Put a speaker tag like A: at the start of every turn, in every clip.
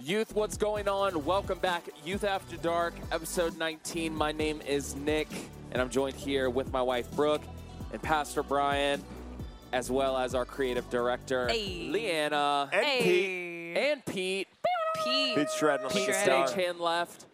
A: Youth, what's going on? Welcome back. Youth After Dark, episode 19. My name is Nick, and I'm joined here with my wife, Brooke, and Pastor Brian, as well as our creative director,
B: Hey.
A: Leanna,
C: And Pete.
B: Hey.
A: and Pete.
B: Pete.
C: Pete's shredding on the
A: Pete
C: guitar.
A: stage hand left.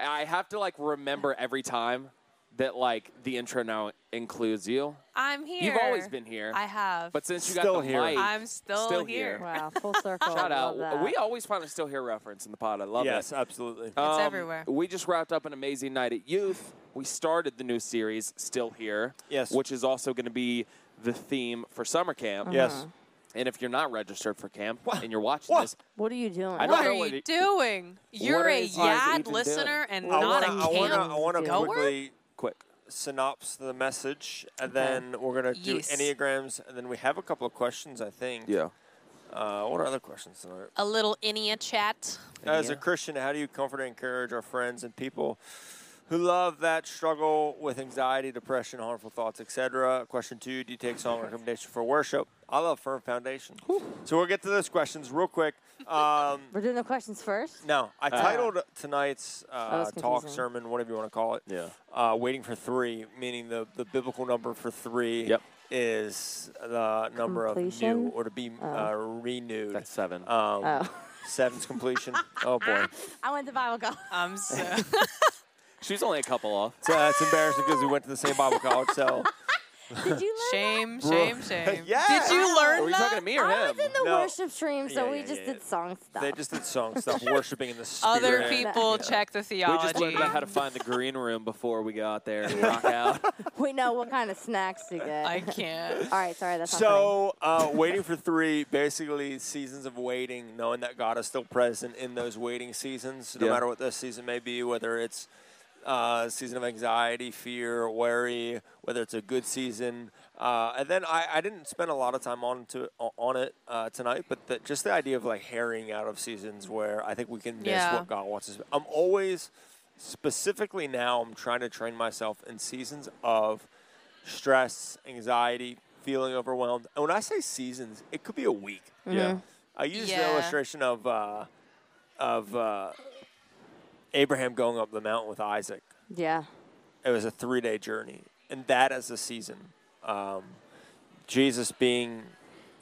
A: I have to like remember every time that like the intro now includes you.
B: I'm here.
A: You've always been here.
B: I have.
A: But since you got
C: Still
A: the
C: here.
A: mic,
B: I'm still here.
D: Wow, full circle.
A: Shout
D: I
A: out.
D: love that.
A: We always find a still here reference in the pod. I love it.
C: Yes, absolutely.
B: Uh,
A: It's
B: everywhere.
A: Um, We just wrapped up an amazing night at Youth. We started the new series, Still Here.
C: Yes.
A: Which is also going to be the theme for summer camp.
B: uh-huh.
C: yes.
A: And if you're not registered for camp and you're watching
C: What?
A: this,
D: what are you doing?
A: I
B: what
A: don't know
B: are
A: what
B: you
A: it-
B: doing? You're a
A: is Isaac
B: Yad
A: even
B: listener and
C: I
B: not
C: wanna-
B: a
C: I
B: camp
C: wanna, I wanna
B: goer.
C: quickly
A: quick.
C: synopsis the message, and then we're gonna do
B: Yes.
C: enneagrams, and then we have a couple of questions, I think. Uh, what are other questions tonight?
B: A little Inia chat.
C: As
A: Yeah.
C: a Christian, how do you comfort and encourage our friends and people who love that struggle with anxiety, depression, harmful thoughts, etc.? Question two: Do you take song recommendation for worship? I love Firm Foundation. So we'll get to those questions real quick. Um,
D: We're doing the questions first.
C: No, I titled tonight's uh,
D: Uh, was
C: talk
D: confusing.
C: sermon, whatever you want to call it.
A: Yeah.
C: Uh, waiting for three, meaning the, the biblical number for three
A: Yep.
C: is the number of new
D: Completion?
C: or to be uh, renewed.
A: That's seven.
C: um,
D: Oh.
C: seven's completion. oh boy,
D: I went to Bible college.
B: I'm so.
A: She's only a couple off.
C: so that's embarrassing because we went to the same Bible college. So
D: Did you
B: shame,
D: learn?
B: shame, shame.
C: Yeah.
B: Did you
A: Are
B: learn
A: you
B: that?
A: talking to me or
D: I
A: him?
D: was in the
C: No.
D: worship stream, so
C: Yeah,
D: we
C: yeah,
D: just
C: yeah,
D: did
C: yeah.
D: song stuff.
C: they just did song stuff, worshiping in the spirit.
B: Other people
C: Yeah.
B: check the
A: we
B: theology.
A: just learned about how to find the green room before we got there and rock out.
D: we know what kind of snacks to get.
B: I can't.
D: All right, sorry, that's not
C: So, uh, waiting for three, basically seasons of waiting, knowing that God is still present in those waiting seasons, no
A: Yeah.
C: matter what the season may be, whether it's uh, season of anxiety, fear, worry, whether it's a good season. Uh, and then I, I didn't spend a lot of time on to on it uh, tonight, but the, just the idea of like herring out of seasons where I think we can miss
B: Yeah.
C: what God wants us. I'm always specifically now I'm trying to train myself in seasons of stress, anxiety, feeling overwhelmed. And when I say seasons, it could be a week.
A: Yeah.
C: I use the
B: Yeah.
C: illustration of uh, of uh, Abraham going up the mountain with Isaac.
D: funny. Yeah.
C: It was a three day journey, and that is a season. Um, Jesus being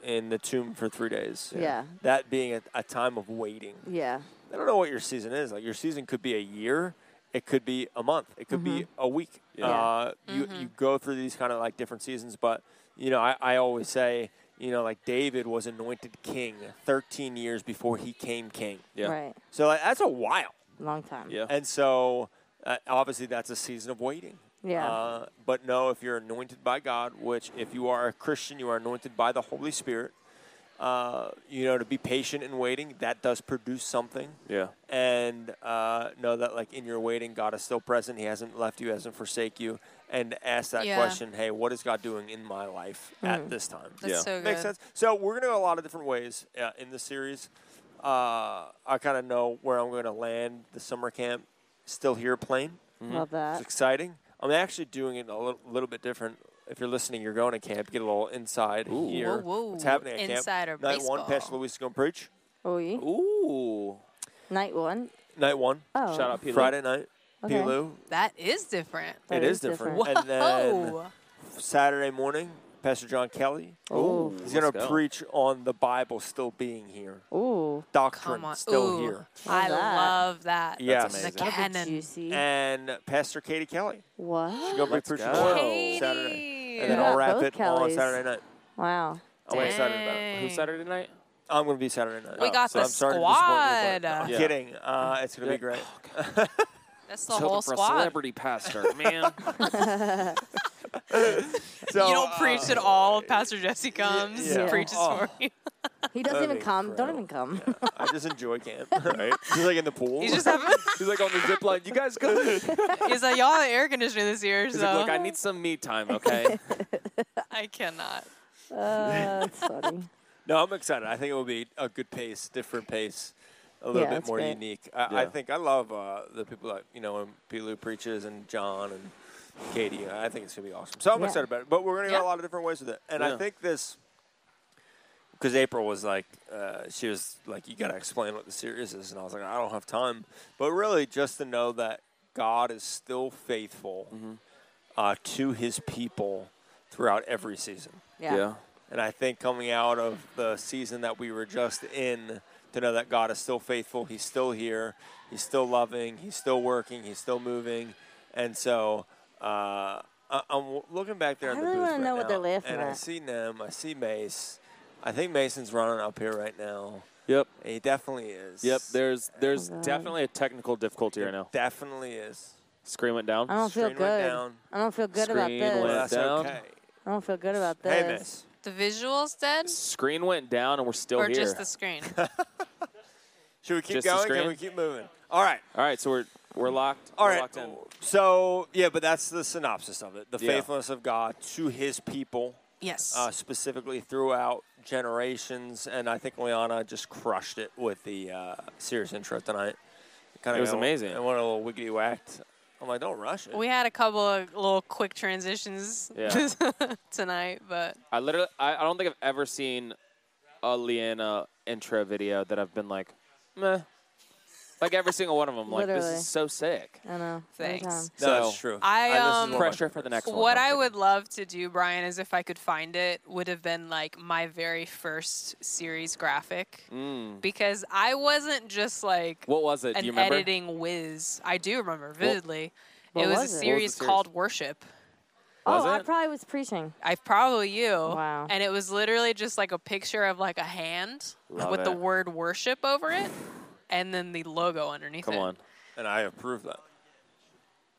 C: in the tomb for three days.
D: Yeah.
C: That being a, a time of waiting.
D: Yeah.
C: I don't know what your season is. Like your season could be a year, it could be a month, it could be a week. Uh, you you go through these kind of like different seasons, but you know I, I always say you know like David was anointed king 13 years before he came king.
A: Yeah.
D: Right.
C: So like, that's a while,
D: Long time.
A: Yeah.
C: and so uh, obviously that's a season of waiting.
D: Yeah.
C: Uh, but no, if you're anointed by God, which if you are a Christian, you are anointed by the Holy Spirit. Uh, you know to be patient in waiting that does produce something
A: Yeah.
C: and uh, know that like in your waiting, God is still present. He hasn't left you, hasn't forsake you, and ask that
B: Yeah. Mm.
C: question: Hey, what is God doing in my life at this time?
B: That's
A: Yeah.
B: so good.
C: Makes sense. So we're gonna go a lot of different ways uh, in this series. Uh, I kind of know where I'm gonna land the summer camp. Still here, plane.
D: Love
C: It's
B: Uh.
D: that.
C: exciting. I'm actually doing it a little, little bit different. If you're listening, you're going to camp. Get a little inside here.
B: Whoa,
C: What's
B: whoa.
C: happening at
B: Insider
C: camp? Night one, Pastor
B: baseball.
C: Luis is gonna preach.
D: Oh, yeah.
A: Ooh.
D: Night one.
C: Night one,
D: Oh.
A: Shout out, Pete.
C: Friday night.
D: Okay.
C: P. Lou,
B: That is different.
D: That
C: it is,
D: is
C: different.
D: different.
C: And then
B: oh,
C: Saturday morning, Pastor John Kelly.
D: Ooh.
C: He's
A: Let's
C: going
A: go.
C: to preach on the Bible still being here.
D: Ooh.
C: Doctrine
B: come on.
C: still
B: Ooh,
C: here.
B: I
D: Love that.
B: love that.
C: Yes.
B: The
A: amazing.
D: That'd be
B: canon.
D: Juicy.
C: And Pastor Katie Kelly.
D: What?
C: She's going to be
A: Let's
C: preaching
A: go.
C: on
A: Katie.
C: Saturday.
B: You
C: And then
D: got
C: I'll wrap
D: both
C: it on
D: Kellys.
C: Saturday night.
D: Wow.
C: I'm excited about it.
B: Dang.
A: Who's oh, Saturday night?
C: I'm going to be Saturday night.
B: We
A: Oh,
B: got
A: so
B: the
C: I'm sorry to disappoint you, but-
B: squad. Oh,
C: no, I'm
A: Yeah.
C: kidding. Uh, it's going to be great.
B: That's
A: Just
B: the
A: hoping
B: whole
A: for a
B: squad.
A: celebrity pastor, man.
C: So,
B: you don't
C: uh,
B: preach at all. Pastor Jesse comes,
C: yeah.
B: preaches
C: Oh.
B: for you.
D: He doesn't
C: That'd
D: even
C: be
D: come. Don't even
C: incredible.
D: come.
C: I just enjoy camp. Right? Just like in the pool.
B: He's just having.
A: He's like on the zip line. You guys go. He's
B: He's like, y'all have air conditioning this year, so
A: like, look, I need some me time, okay?
B: I cannot.
D: Uh, that's funny.
C: No, I'm excited. I think it will be a good pace, different pace, a little
D: Yeah,
C: bit
D: that's
C: more
D: great.
C: unique. I, I
A: Yeah.
C: think I love uh, the people that you know, and Pilu preaches and John and Katie. I think it's gonna be awesome. So I'm
D: Yeah.
C: excited about it. But we're gonna
B: Yeah.
C: go a lot of different ways with it, and
A: Yeah.
C: I think this because April was like, uh, she was like, you got to explain what the series is. And I was like, I don't have time. But really, just to know that God is still faithful uh, to his people throughout every season.
D: Yeah.
C: And I think coming out of the season that we were just in, to know that God is still faithful, He's still here, He's still loving, He's still working, He's still moving. And so uh, I, I'm looking back there
D: I
C: in the
D: really
C: booth
D: wanna
C: right
D: know what
C: now,
D: they're laughing
C: and I
D: at.
C: see Nem, I see Mace. I think Mason's running up here right now.
A: Yep.
C: He definitely is.
A: Yep. There's there's
D: oh God.
A: definitely a technical difficulty right now.
C: definitely is.
A: Screen went down.
D: I don't feel
C: Screen went
D: good.
C: down.
D: I don't feel good about
A: Screen
D: this.
C: Well,
A: went
C: that's
A: down.
C: okay.
D: I don't feel good about this.
C: Hey, Mace.
B: The visuals dead,
A: Screen went down, and we're still
B: or
A: here.
B: just the screen?
C: Should we keep
A: Just the
C: going? Can
A: screen?
C: we keep moving? All right.
A: All right, so we're we're locked.
C: All
A: we're
C: right.
A: Locked in.
C: So yeah, but that's the synopsis of it: the
A: Yeah.
C: faithfulness of God to His people,
B: yes.
C: uh, specifically throughout generations. And I think Liana just crushed it with the uh, serious intro tonight. Kind
A: It was amazing.
C: I went a little wiggly whacked. I'm like, don't rush it.
B: we had a couple of little quick transitions
A: Yeah.
B: tonight, but
A: I literally, I, I don't think I've ever seen a Leanna intro video that I've been like, meh. Like every single one of them, like this
D: Literally.
A: is so sick.
D: I know. every
B: Thanks.
D: time.
C: no,
A: So-
C: that's true.
B: I,
C: this is what
B: um,
C: my-
A: Pressure for the next one.
B: What
A: I'm
B: I
A: thinking.
B: would love to do, Brian, is if I could find it, would have been like my very first series graphic
A: Mm.
B: because I wasn't just like
A: What was it? Do
B: an
A: you remember?
B: editing whiz. I do remember vividly.
D: what
B: it was,
D: was it? What was
B: a
D: the
A: series?
B: series called Worship.
A: Was
D: oh, I
A: it?
D: probably was preaching.
B: I probably you.
D: Wow.
B: And it was literally just like a picture of like a hand
A: Love
B: with the
A: it.
B: word worship over it and then the logo underneath
A: Come
B: it.
A: on.
C: and I approve that.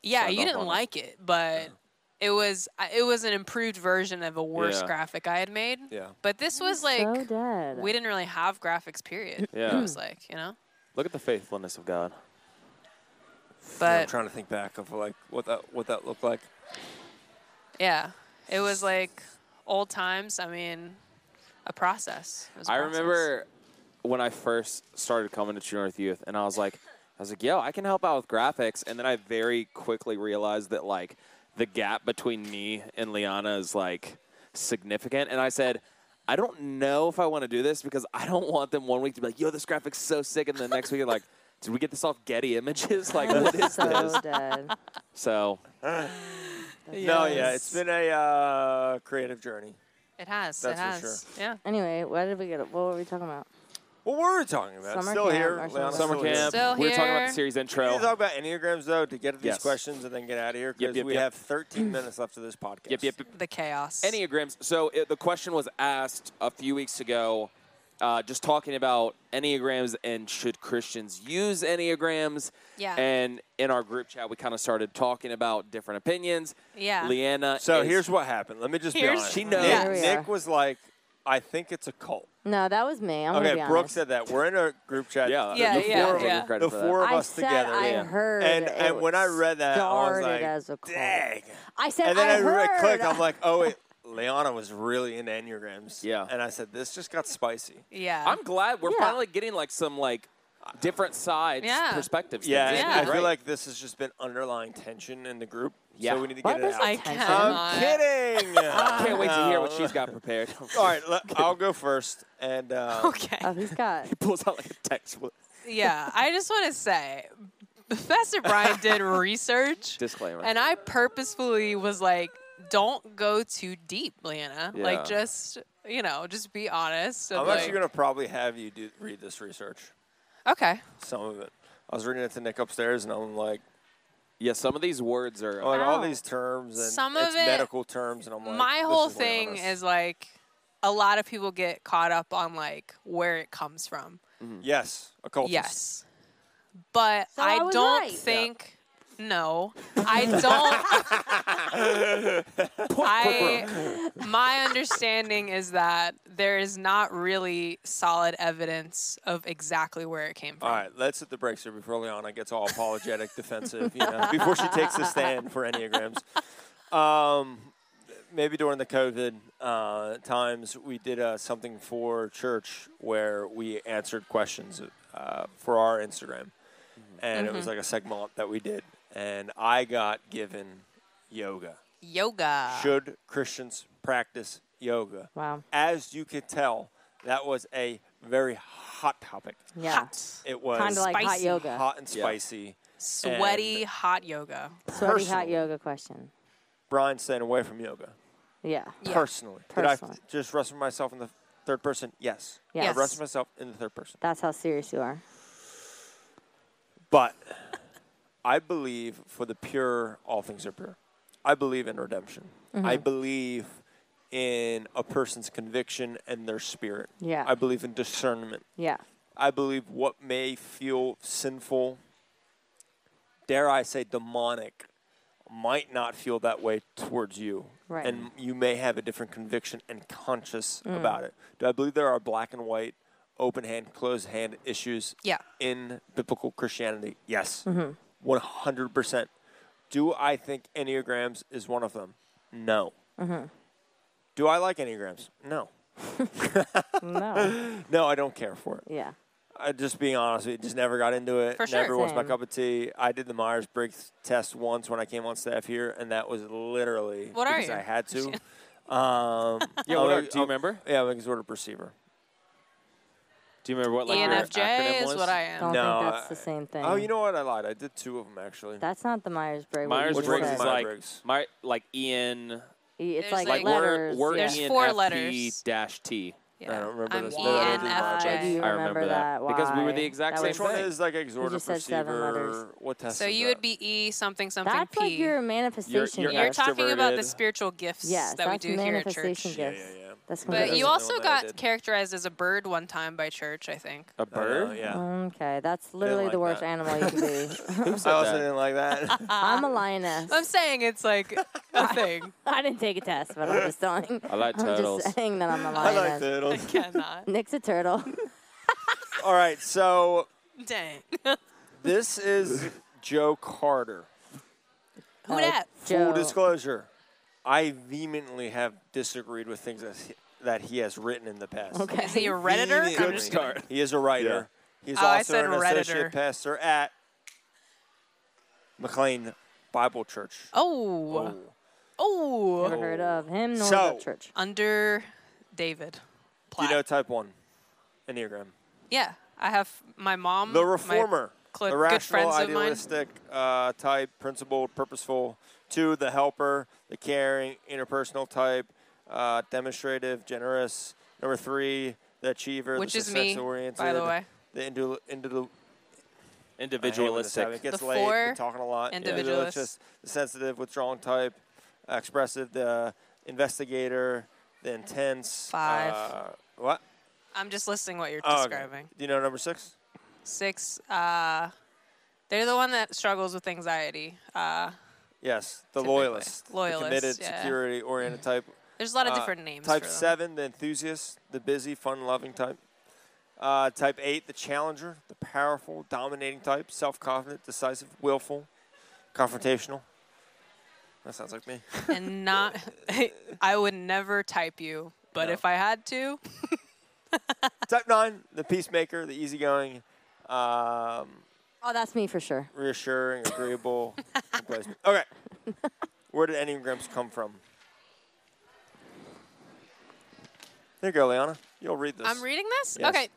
B: Yeah,
A: Signed
B: you
A: off
B: didn't
A: on it.
B: like it, but it was I- it was an improved version of a worse
A: Yeah.
B: graphic I had made.
C: Yeah.
B: But this was like
D: so dead.
B: we didn't really have graphics period.
A: Yeah.
B: It was like, you know.
A: Look at the faithfulness of God.
C: I'm
B: But
C: trying to think back of like what that what that looked like.
B: yeah, it was like old times, I mean, a process. It was a
A: I
B: process.
A: remember when I first started coming to True North Youth, and I was like, I was like, yo, I can help out with graphics, and then I very quickly realized that like the gap between me and Liana is like significant, and I said. I don't know if I want to do this because I don't want them one week to be like, "Yo, this graphic's so sick," and the next week you're like, "Did we get this off Getty Images? Like, what is
D: so
A: this?"
D: dead.
A: So,
C: No, yeah, it's been a uh, creative journey.
B: It has.
C: That's
B: it
C: for
B: has. Yeah.
D: Anyway, why did we get? What were we talking about?
C: What were we talking about?
D: Summer
C: still
D: camp
C: here.
D: or
C: Leanna's
D: something.
A: summer
C: still here.
A: camp.
B: Still
A: we were talking about
B: here.
A: the series
C: We
A: intro.
C: need to talk about enneagrams though to get to these
A: Yes.
C: questions and then get out of here because
A: Yep, yep,
C: we
A: yep.
C: have 13 minutes left of this podcast.
A: Yep, yep, yep.
B: The chaos.
A: Enneagrams. So it, the question was asked a few weeks ago, uh, just talking about Enneagrams and should Christians use Enneagrams?
B: Yeah.
A: And in our group chat, we kind of started talking about different opinions.
B: Yeah.
A: Leanna.
C: So
A: is-
C: here's what happened. Let me just be
B: Here's-
C: honest.
A: She
C: Nick-
A: knows.
B: Yeah.
D: There we
C: Nick,
D: are.
C: was like, I think it's a cult.
D: No, that was me. I'm
C: okay,
D: gonna be
C: Brooke
D: honest.
C: said that. We're in a group chat.
A: Yeah,
C: the
B: Yeah,
C: four
B: yeah,
C: of, us-
B: yeah.
A: Credit
C: The
A: for that.
C: four of
D: I
C: us
D: said
C: together.
D: I
A: yeah.
D: heard.
C: and
D: it
C: and when I read that, I was
D: started
C: like,
D: as a cult.
C: dang.
D: I said
C: And then
D: I
C: I, re-
D: heard.
C: clicked. I'm like, oh, wait. Liana was really into enneagrams.
A: Yeah.
C: And I said, this just got spicy.
B: Yeah.
A: I'm glad we're
D: Yeah.
A: finally getting like some like different sides,
B: Yeah.
A: perspectives.
C: Yeah,
A: things.
C: and
B: Yeah.
C: I feel
A: Right.
C: like this has just been underlying tension in the group.
A: Yeah.
C: So we need to
D: What?
C: get it
D: There's
C: out.
B: I
D: Attention.
B: cannot.
C: I'm kidding.
A: I can't wait to hear
C: Oh.
A: what she's got prepared.
C: All right, le- I'll go first. And um,
B: Okay.
D: Oh, he's got.
A: Pulls out like a textbook.
B: yeah. I just want to say, Professor Brian did research.
A: Disclaimer.
B: And I purposefully was like, don't go too deep, Leanna.
A: Yeah.
B: Like, just, you know, just be honest. and,
C: I'm
B: like,
C: actually going to probably have you do read this research,
B: Okay.
C: some of it. I was reading it to Nick upstairs, and I'm like,
A: yeah, some of these words are.
C: I'm like all
D: Ow.
C: these terms and
B: Oh, Some of
C: it's
B: it-
C: medical terms, and I'm like,
B: My
C: this
B: whole
C: is
B: thing
C: Leanna's.
B: is like, a lot of people get caught up on like where it comes from.
C: yes, occultist.
B: Yes. But
D: So I
B: I,
D: was
B: don't
D: right. Yeah.
B: think no. I don't I my understanding is that there is not really solid evidence of exactly where it came from.
C: All right, let's hit the brakes here before Liana gets all apologetic, defensive, you know, before she takes a stand for enneagrams. Um, maybe during the COVID uh, times, we did uh, something for church where we answered questions uh, for our Instagram,
D: Mm-hmm.
C: and it was like a segment that we did, and I got given yoga.
B: Yoga.
C: Should Christians practice yoga?
D: Wow.
C: As you can tell, That was a very hot topic.
D: Yeah.
B: Hot.
C: It was
D: Kind of like hot
B: Spicy.
D: yoga.
C: hot and
A: Yeah.
C: spicy.
B: Sweaty hot yoga.
D: Sweaty hot
C: personally.
D: yoga question.
C: Brian staying away from yoga.
D: Yeah.
B: Yeah.
C: Personally. Did
D: Personally.
C: I just wrestle myself in the third person? Yes.
D: Yes.
C: I wrestled myself in the third person.
D: That's how serious you are.
C: But I believe for the pure, all things are pure. I believe in redemption. I
D: Mm-hmm.
C: believe in a person's conviction and their spirit.
D: Yeah.
C: I believe in discernment.
D: Yeah.
C: I believe what may feel sinful, dare I say demonic, might not feel that way towards you.
D: Right. Mm.
C: And you may have a different conviction and conscious about it. Do I believe there are black and white, open hand, closed hand issues
B: Yeah.
C: in biblical Christianity? Yes.
D: Mm-hmm.
C: 100%. Do I think Enneagrams is one of them? No.
D: Mm-hmm.
C: Do I like Enneagrams? No.
D: No.
C: No, I don't care for it.
D: yeah.
C: I just being honest, with you, just never got into it.
B: For sure.
C: never was my
D: Same.
C: cup of tea. I did the Myers Briggs test once when I came on staff here, and that was literally
B: What are
C: because
B: you?
C: I had to. um,
A: Yeah,
C: I'm
A: what
C: a-
A: are- do you
C: I'm-
A: remember?
C: Yeah, I'm an exorbic receiver.
A: Do you remember what like your
B: ENFJ
A: acronym
B: is
A: was?
B: what I
D: Don't
B: am.
C: No,
D: think that's
C: I-
D: the same thing.
C: Oh, you know what? I lied. I did two of them actually.
D: That's not the Myers Briggs.
A: Myers
C: Which
A: Briggs
C: one
A: is
C: is
A: like
C: Myers-Briggs?
A: my like Ian
D: It's
B: There's
D: like,
A: like
B: like-
D: letters.
A: we're, we're
D: yeah.
B: There's
C: E
B: four letters.
A: dash T.
B: Yeah.
C: I don't remember
B: I'm
C: this.
D: E
C: No, I didn't
D: Why
C: Myers-Briggs.
D: do you
B: ENFJ.
A: I
D: remember,
A: remember
D: that?
A: that. Because we were the
D: Why?
A: exact
D: That
A: same
D: was
C: Which one
A: thing.
C: is like exorbic
D: just said seven letters.
C: receiver? What test?
B: So
C: is
B: you
C: that?
B: would be E something something
D: That's
B: P.
D: like your manifestation.
A: you're
B: You're
D: gift.
B: talking about the
A: extroverted.
B: spiritual gifts
D: yes,
B: that we
D: that's
B: do here at church.
D: manifestation
C: Yeah,
D: gifts.
C: yeah, yeah.
D: That's
C: That
B: But
D: what
C: doesn't
B: you
D: it
C: all-
D: is.
B: also
C: know that I
B: got
C: did.
B: characterized as a bird one time by church, I think.
A: A
C: I know,
A: bird?
C: yeah.
D: Okay, that's literally
C: like
D: the worst
C: that.
D: animal you can be.
A: Who said
C: I also
A: that?
C: didn't like that.
D: I'm a lioness.
B: I'm saying it's like a thing.
D: I didn't take a test, but I'm just telling.
A: I like
D: I'm
A: turtles.
D: just saying that I'm a
C: I liked
D: lioness.
B: I
C: it.
B: cannot.
D: Nick's a turtle.
C: All right, so
B: Dang.
C: this is Joe Carter.
D: Uh,
B: Who dat?
D: Joe.
C: Full disclosure, I vehemently have disagreed with things that he, that he has written in the past.
D: Okay.
B: Is he a redditor? I'm
C: Vehemently.
B: just kidding.
A: start.
C: He is a writer. He's
B: Oh, I
C: also
B: said
C: an
B: redditor.
C: associate pastor at McLean Bible Church.
B: Oh.
D: Never
B: Oh.
D: heard of him nor
C: So-
D: the church.
B: Under David.
C: Do you
B: Platt.
C: know type one enneagram?
B: yeah. I have my mom.
C: The
B: my-
C: reformer,
B: cl-
C: the
B: good
C: rational,
B: friends of mine.
C: idealistic uh, type, principled, purposeful. Two, the helper, the caring, interpersonal type, uh, demonstrative, generous. Number three, the achiever,
B: Which
C: the
B: is me,
C: success oriented.
B: by the way.
C: The indu- indu- I hate when this happens. It
A: Individualistic.
C: gets
B: The
C: late.
B: four,
C: been talking a lot.
B: individualist.
C: Just the sensitive, withdrawing type, uh, expressive, the investigator, the intense.
B: Five.
C: Uh, what?
B: I'm just listing what you're
C: Oh, okay.
B: describing.
C: Do you know number six?
B: Six. Uh, they're the one that struggles with anxiety. Uh,
C: Yes, the
B: Typically.
C: loyalist,
B: Loyalist,
C: the committed,
B: yeah.
C: security-oriented type.
B: there's a lot of
C: Uh,
B: different names.
C: Type
B: for them.
C: seven, the enthusiast, the busy, fun-loving type. Uh, type eight, the challenger, the powerful, dominating type, self-confident, decisive, willful, confrontational. That sounds like me.
B: and not I would never type you, but
C: No.
B: if I had to,
C: type nine, the peacemaker, the easygoing, um,
D: Oh, that's me for sure.
C: reassuring, agreeable. replacement. Okay, where did enneagrams come from? There you go, Liana. You'll read this.
B: I'm reading this.
C: Yes.
B: Okay.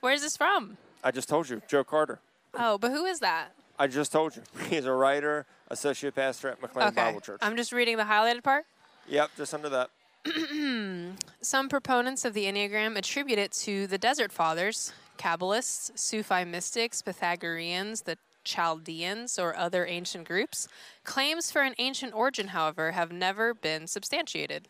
B: Where's this from?
C: I just told you, Joe Carter.
B: Oh, but who is that?
C: I just told you. He's a writer, associate pastor at McLean
B: Okay.
C: Bible Church.
B: I'm just reading the highlighted part.
C: yep, just under that.
B: Some proponents of the Enneagram attribute it to the Desert Fathers, Kabbalists, Sufi mystics, Pythagoreans, the Chaldeans, or other ancient groups. Claims for an ancient origin, however, have never been substantiated.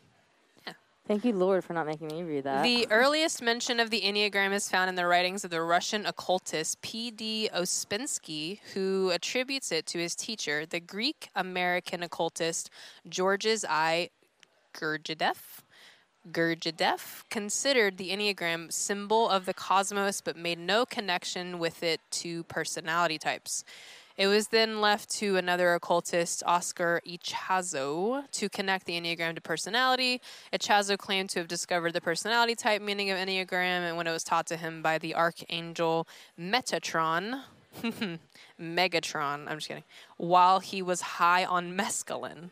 D: Thank you, Lord, for not making me read that.
B: The earliest mention of the Enneagram is found in the writings of the Russian occultist P.D. Ospinsky, who attributes it to his teacher, the Greek American occultist Georges I. Gurdjieff. Gurdjieff considered the Enneagram symbol of the cosmos but made no connection with it to personality types. It was then left to another occultist, Oscar Ichazo, to connect the Enneagram to personality. Ichazo claimed to have discovered the personality type meaning of Enneagram and when it was taught to him by the archangel Metatron. Megatron, I'm just kidding, while he was high on mescaline.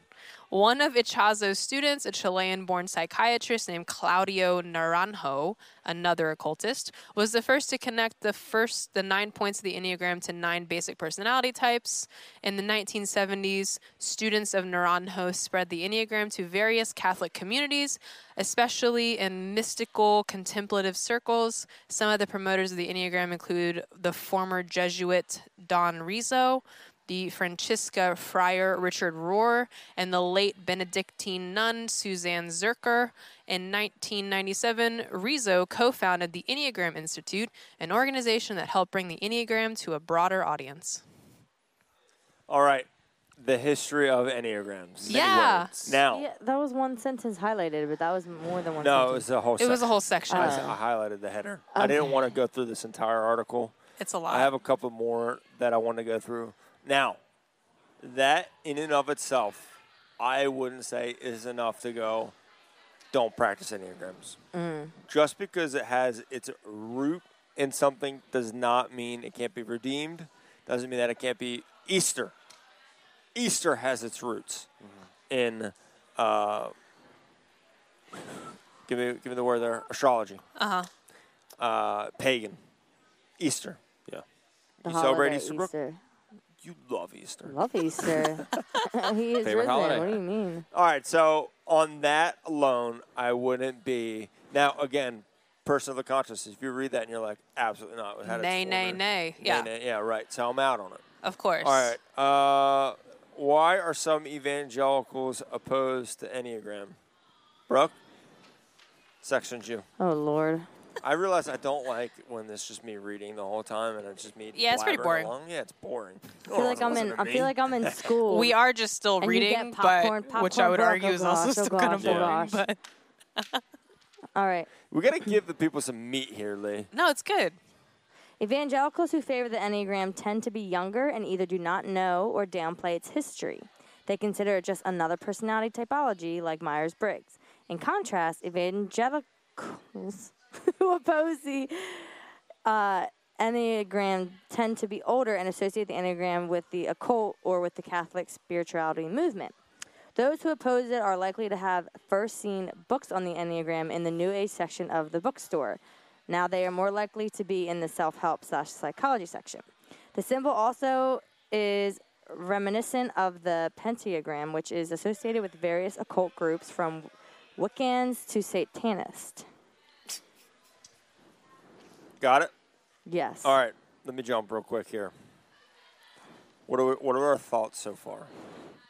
B: One of Ichazo's students, a Chilean born psychiatrist named Claudio Naranjo, another occultist, was the first to connect the first the nine points of the Enneagram to nine basic personality types. In the 1970s, students of Naranjo spread the Enneagram to various Catholic communities, especially in mystical contemplative circles. Some of the promoters of the Enneagram include the former Jesuit Don Rizzo, the Francisca friar Richard Rohr, and the late Benedictine nun Suzanne Zerker. In 1997, Rizzo co founded the Enneagram Institute, an organization that helped bring the Enneagram to a broader audience.
C: All right. The history of Enneagrams.
B: Many Yeah. words.
C: Now,
D: Yeah, that was one sentence highlighted, but that was more than one
C: no, it was
D: sentence.
C: the whole
B: It
C: section.
B: was a whole section.
C: I, I highlighted the header. I didn't want to go through this entire article.
B: it's a lot.
C: I have a couple more that I want to go through. Now, that in and of itself, I wouldn't say is enough to go, don't practice Enneagrams. Just because it has its root in something does not mean it can't be redeemed, doesn't mean that it can't be Easter. Easter has its roots in, uh, give, me, give me the word there, astrology,
B: uh-huh.
C: uh, pagan, Easter.
A: Yeah.
D: The
C: you celebrate
D: holiday,
C: Easter, Brooke? You love Easter.
D: Love Easter. he is
A: Favorite
D: risen.
A: holiday.
D: What do you mean?
C: All right, so on that alone, I wouldn't be. Now, again, person of the conscience. If you read that and you're like, absolutely not. it had its
B: Nay, nay,
C: order.
B: nay. Yeah.
C: yeah, right. So I'm out on it.
B: Of course.
C: All right. Uh, why are some evangelicals opposed to Enneagram? Brooke? Sectioned you.
D: Oh Lord.
C: I realize I don't like when it's just me reading the whole time and it's just me.
B: Yeah, it's pretty
C: blabbering
B: boring.
C: Along. Yeah, it's boring.
D: I feel like I'm in. I feel like I'm in school.
B: We are just still
D: And you
B: reading,
D: get popcorn,
B: but which I
D: popcorn
B: would
D: broke,
B: argue
D: oh
B: is also
D: gosh, oh
B: still kind of
D: gosh, oh
B: boring.
D: gosh.
B: But
D: All right.
C: we got to give the people some meat here, Lee.
B: no, it's good.
D: Evangelicals who favor the Enneagram tend to be younger and either do not know or downplay its history. They consider it just another personality typology like Myers Briggs. In contrast, evangelicals who oppose the uh, Enneagram tend to be older and associate the Enneagram with the occult or with the Catholic spirituality movement. Those who oppose it are likely to have first seen books on the Enneagram in the New Age section of the bookstore. Now they are more likely to be in the self help slash psychology section. The symbol also is reminiscent of the pentagram, which is associated with various occult groups from Wiccans to Satanist.
C: Got it?
D: Yes.
C: All right, let me jump real quick here. What are we, what are our thoughts so far?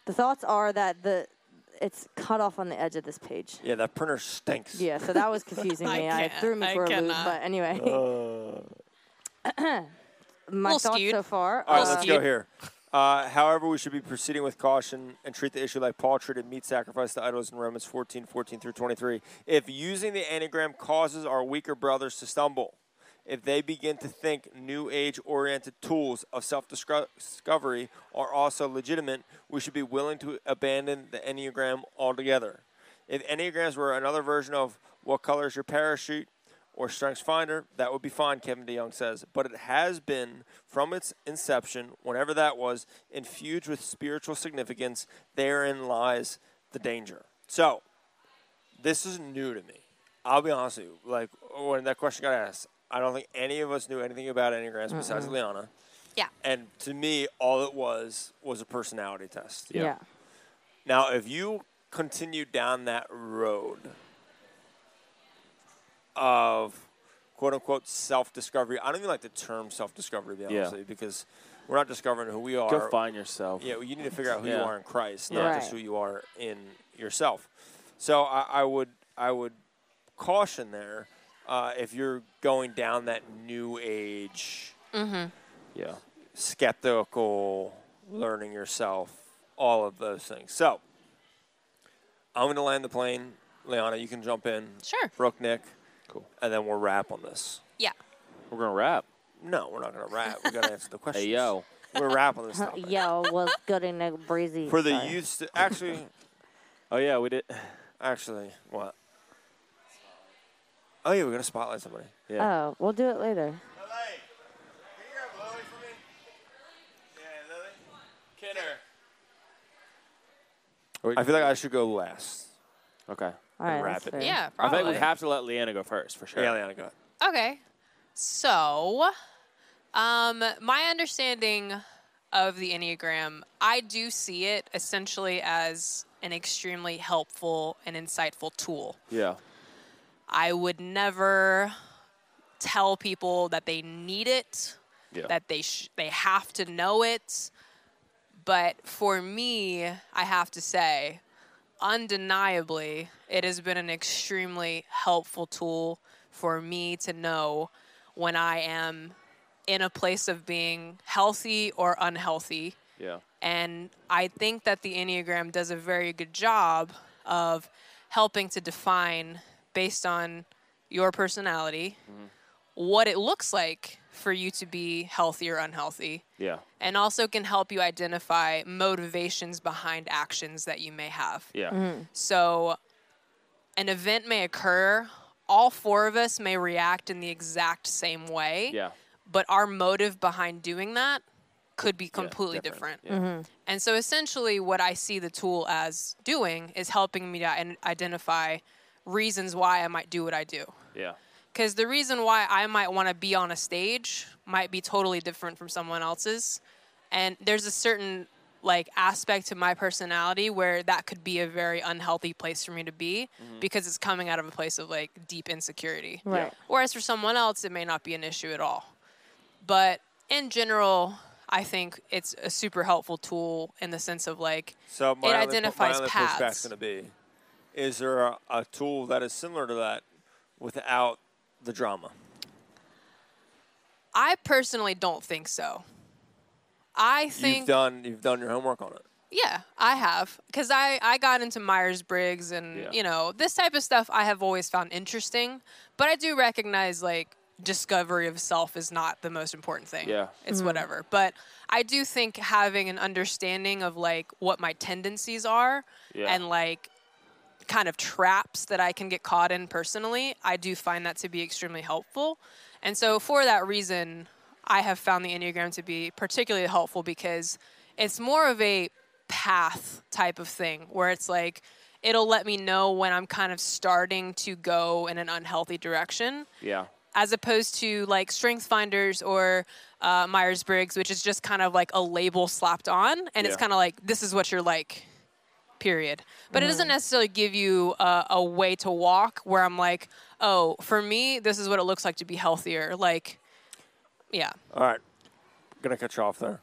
D: The thoughts are that the it's cut off on the edge of this page.
C: Yeah, that printer stinks.
D: Yeah, so that was confusing
B: I
D: me. I,
B: can't-
D: threw me
B: I
D: for a loop,
B: cannot.
D: but anyway. My
B: Little
D: thoughts
B: skewed.
D: so far.
C: Uh, All right,
D: uh,
C: let's go here. Uh, however, we should be proceeding with caution and treat the issue like Paul treated meat sacrifice to idols in Romans 14, 14 through 23. If using the anagram causes our weaker brothers to stumble, if they begin to think new age oriented tools of self discovery are also legitimate, we should be willing to abandon the Enneagram altogether. If Enneagrams were another version of what color is your parachute or Strengths Finder, that would be fine, Kevin DeYoung says. But it has been, from its inception, whenever that was, infused with spiritual significance. Therein lies the danger. So, this is new to me. I'll be honest with you. Like, when that question got asked, I don't think any of us knew anything about Enneagrams besides Liana.
B: Yeah.
C: And to me, all it was was a personality test.
D: yeah.
C: Now, if you continue down that road of quote unquote self discovery, I don't even like the term self discovery, to be honest with
A: Yeah.
C: you, because we're not discovering who we are.
A: Go find yourself.
C: Yeah, well, you need to figure out who you
A: Yeah.
C: are in Christ, not
D: Right.
C: just who you are in yourself. So I, I would I would caution there uh, if you're going down that new age
A: Yeah.
C: skeptical, learning yourself, all of those things. So I'm going to land the plane. Liana, you can jump in.
B: Sure.
C: Brooke, Nick,
A: Cool.
C: and then we'll wrap on this.
B: Yeah.
A: We're going to wrap.
C: No, we're not going to wrap. we got to answer the question.
A: Hey, yo.
C: We're wrapping this topic.
D: Yo, was good in the breezy.
C: For the
D: Sorry.
C: youth, st- actually,
A: Oh, yeah, we did.
C: actually, what? Oh, yeah, we're going to spotlight somebody.
A: Yeah.
D: Oh, we'll do it later.
C: I feel like I should go last.
A: Okay.
D: All right,
C: wrap
D: that's
C: it.
D: fair.
B: Yeah,
A: I
B: probably.
A: think we have to let Leanna go first for sure.
C: Yeah, Liana, go ahead.
B: Okay. So, um, my understanding of the Enneagram, I do see it essentially as an extremely helpful and insightful tool.
A: Yeah.
B: I would never tell people that they need it,
A: Yeah.
B: that they sh- they have to know it. But for me, I have to say, undeniably, it has been an extremely helpful tool for me to know when I am in a place of being healthy or unhealthy.
A: yeah.
B: And I think that the Enneagram does a very good job of helping to define, based on your personality, what it looks like for you to be healthy or unhealthy.
A: Yeah.
B: And also can help you identify motivations behind actions that you may have.
A: Yeah.
D: Mm-hmm.
B: So an event may occur, all four of us may react in the exact same way
A: Yeah.
B: but our motive behind doing that could be completely
A: different.
B: different.
A: Yeah.
B: And so essentially what I see the tool as doing is helping me to i- identify reasons why I might do what I do.
A: Yeah.
B: Cuz the reason why I might want to be on a stage might be totally different from someone else's and there's a certain like aspect to my personality where that could be a very unhealthy place for me to be because it's coming out of a place of like deep insecurity.
D: Right.
B: Whereas for someone else, it may not be an issue at all. But in general, I think it's a super helpful tool in the sense of like,
C: So my
B: It
C: only,
B: identifies
C: my only
B: paths.
C: pushback's going to be: Is there a, a tool that is similar to that without the drama?
B: I personally don't think so. I
C: you've
B: think,
C: done you've done your homework on it.
B: yeah, I have. Because I, I got into Myers Briggs and,
A: Yeah.
B: you know, this type of stuff I have always found interesting. But I do recognize like discovery of self is not the most important thing.
A: Yeah.
B: It's whatever. But I do think having an understanding of like what my tendencies are
A: Yeah.
B: and like kind of traps that I can get caught in personally, I do find that to be extremely helpful. And so for that reason, I have found the Enneagram to be particularly helpful because it's more of a path type of thing where it's like it'll let me know when I'm kind of starting to go in an unhealthy direction
A: Yeah.
B: as opposed to like Strength Finders or uh, Myers Briggs, which is just kind of like a label slapped on, and
A: Yeah.
B: it's kind of like this is what you're like, period. But it doesn't necessarily give you uh, a way to walk where I'm like, oh, for me, this is what it looks like to be healthier. Like, yeah,
C: All right, gonna cut you off there.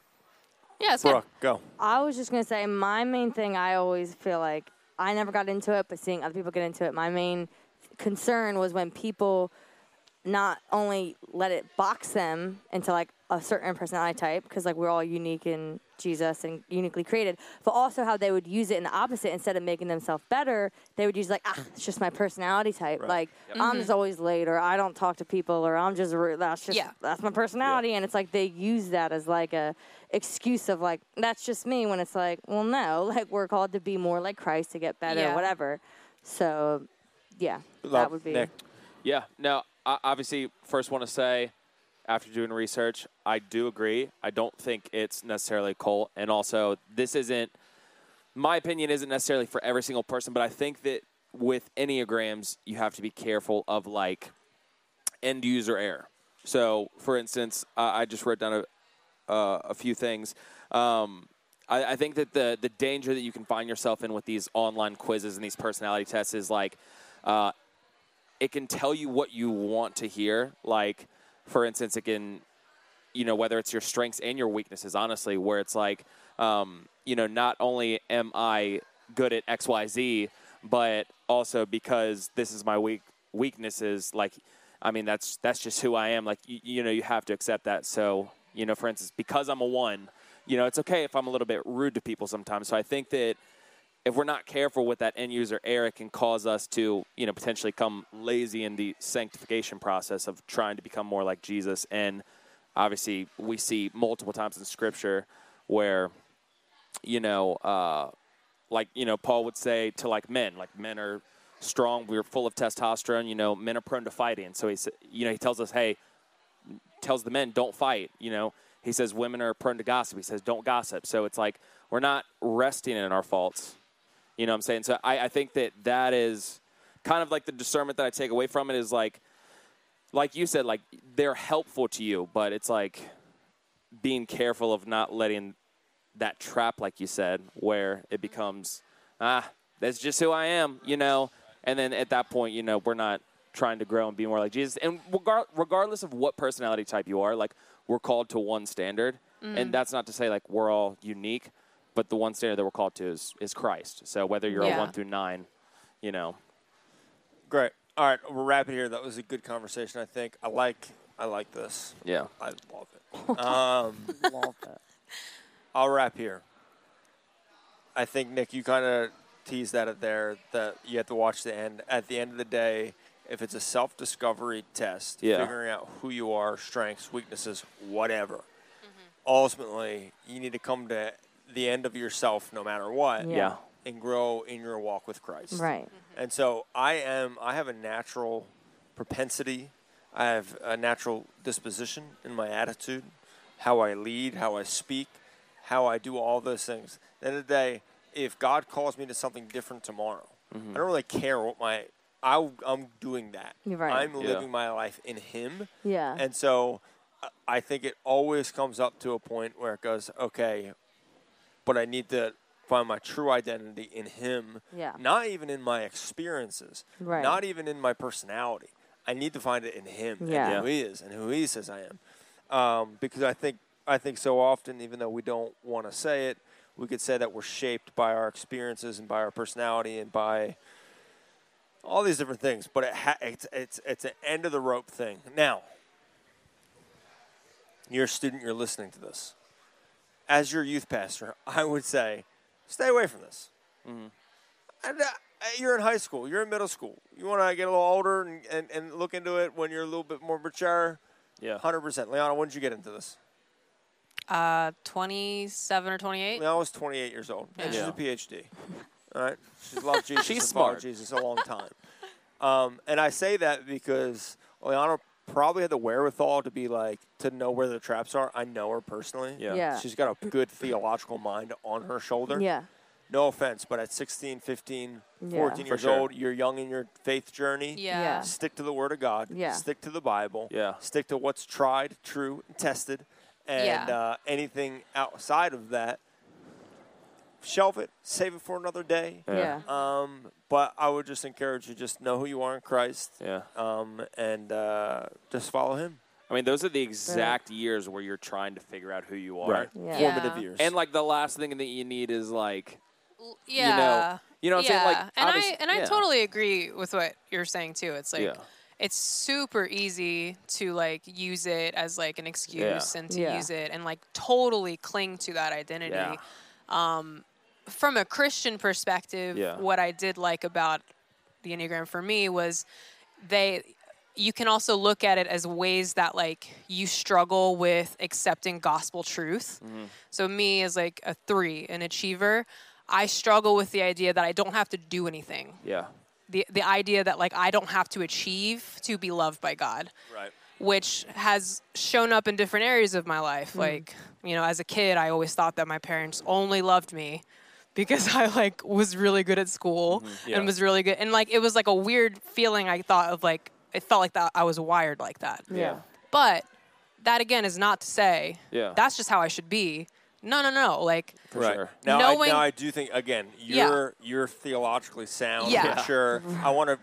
B: yeah, it's
C: Brooke, go.
D: I was just gonna say my main thing. I always feel like I never got into it, but seeing other people get into it, my main concern was when people not only let it box them into like a certain personality type, because like we're all unique in Jesus and uniquely created, but also how they would use it in the opposite instead of making themselves better, they would use like ah, it's just my personality type. Like
B: Mm-hmm.
D: I'm just always late, or I don't talk to people, or I'm just rude. That's just
B: Yeah.
D: that's my personality and it's like they use that as like a excuse of like that's just me when it's like well no like we're called to be more like christ to get better
B: Yeah.
D: whatever so yeah
C: Love,
D: that would be
C: Nick.
A: Yeah. No, I obviously, first want to say, after doing research, I do agree. I don't think it's necessarily Cole. And also, this isn't, my opinion isn't necessarily for every single person, but I think that with Enneagrams, you have to be careful of like end user error. So, for instance, uh, I just wrote down a, uh, a few things. Um, I, I think that the the danger that you can find yourself in with these online quizzes and these personality tests is like uh, it can tell you what you want to hear. Like, for instance, it can you know whether it's your strengths and your weaknesses. Honestly, where it's like um, you know not only am I good at X Y Z, but also because this is my weak weaknesses. Like, I mean that's that's just who I am. Like you, you know you have to accept that. So you know, for instance, because I'm a one, you know it's okay if I'm a little bit rude to people sometimes. So I think that if we're not careful with that end user error, it can cause us to, you know, potentially come lazy in the sanctification process of trying to become more like Jesus. And obviously, we see multiple times in Scripture where, you know, uh, like you know, Paul would say to like men, like men are strong, we're full of testosterone. You know, men are prone to fighting. So he, sa- you know, he tells us, hey, tells the men don't fight you know he says women are prone to gossip he says don't gossip so it's like we're not resting in our faults You know what I'm saying? So I, I think that that is kind of like the discernment that I take away from it is like, like you said, like they're helpful to you, but it's like being careful of not letting that trap, like you said, where it becomes, ah, that's just who I am, you know? And then at that point, you know, we're not trying to grow and be more like Jesus. And regar- regardless of what personality type you are, like we're called to one standard. And that's not to say like we're all unique, but the one standard that we're called to is, is Christ. So whether you're
B: Yeah.
A: a one through nine, you know,
C: Great. All right, we're wrapping here. That was a good conversation. I think I like I like this.
A: yeah.
C: I love it. Um, I'll wrap here. I think Nick, you kind of teased that at there that you have to watch the end. At the end of the day, if it's a self-discovery test,
A: Yeah.
C: figuring out who you are, strengths, weaknesses, whatever. Ultimately, you need to come to the end of yourself, no matter what,
D: Yeah.
A: Yeah.
C: and grow in your walk with Christ.
D: Right.
C: Mm-hmm. And so I am. I have a natural propensity. I have a natural disposition in my attitude, how I lead, how I speak, how I do all those things. At the end of the day, if God calls me to something different tomorrow, I don't really care what my. I, I'm doing that.
D: You're right.
C: I'm
A: Yeah.
C: living my life in Him.
D: Yeah.
C: And so I- I think it always comes up to a point where it goes, okay, but I need to find my true identity in him.
D: Yeah.
C: Not even in my experiences.
D: Right.
C: Not even in my personality. I need to find it in him and
D: Yeah.
C: who he is and who he says I am. Um, because I think I think so often, even though we don't want to say it, we could say that we're shaped by our experiences and by our personality and by all these different things. But it ha- it's it's it's an end of the rope thing. Now, you're a student, you're listening to this. As your youth pastor, I would say, stay away from this. And, uh, you're in high school, you're in middle school. You want to get a little older and, and, and look into it when you're a little bit more mature.
A: Yeah.
C: 100%. Leona, when did you get into this?
B: Uh, 27 or 28.
C: Leona was 28 years old, and
A: Yeah.
C: she's a PhD. All right? She's loved Jesus
A: She's
C: and followed
A: smart.
C: Jesus a long time. Um, and I say that because Leona probably had the wherewithal to be like, to know where the traps are. I know her personally.
A: Yeah.
D: Yeah.
C: She's got a good theological mind on her shoulder.
D: Yeah.
C: No offense, but at 16, 15,
D: Yeah.
C: 14
D: For
C: years
A: sure.
C: old, you're young in your faith journey.
B: Yeah.
C: Stick to the Word of God.
D: Yeah.
C: Stick to the Bible.
A: Yeah.
C: Stick to what's tried, true, and tested. And
B: Yeah.
C: uh, anything outside of that, shelve it, save it for another day.
A: Yeah.
D: Yeah.
C: Um, but I would just encourage you just know who you are in Christ
A: Yeah.
C: um, and uh, just follow Him.
A: I mean, those are the exact years where you're trying to figure out who you are.
D: Yeah.
C: Formative
B: Yeah.
C: years.
A: And like the last thing that you need is like,
B: L-
A: know-
B: Yeah.
A: you know what I'm saying? Like,
B: and I
A: obvious-
B: and I
A: yeah.
B: totally agree with what you're saying too. It's like
A: Yeah.
B: it's super easy to like use it as like an excuse and to
D: Yeah.
B: use it and like totally cling to that identity.
A: Yeah.
B: From a Christian perspective,
A: Yeah.
B: what I did like about the Enneagram for me was they you can also look at it as ways that like you struggle with accepting gospel truth. So me as like a 3, an achiever, I struggle with the idea that I don't have to do anything.
A: yeah,
B: The the idea that like I don't have to achieve to be loved by God
C: right.
B: which has shown up in different areas of my life.
D: Mm.
B: Like, you know, as a kid, I always thought that my parents only loved me because I like was really good at school
A: Mm-hmm. Yeah.
B: and was really good. And like, it was like a weird feeling I thought of like, it felt like that I was wired like that.
A: Yeah.
B: But that again is not to say
A: Yeah.
B: that's just how I should be. No, no, no. Like,
A: for
C: right.
A: sure.
C: Now, I,
B: Knowing-
C: now I do think again,
B: Yeah.
C: you're you're theologically sound.
B: Yeah.
C: for sure. I want to.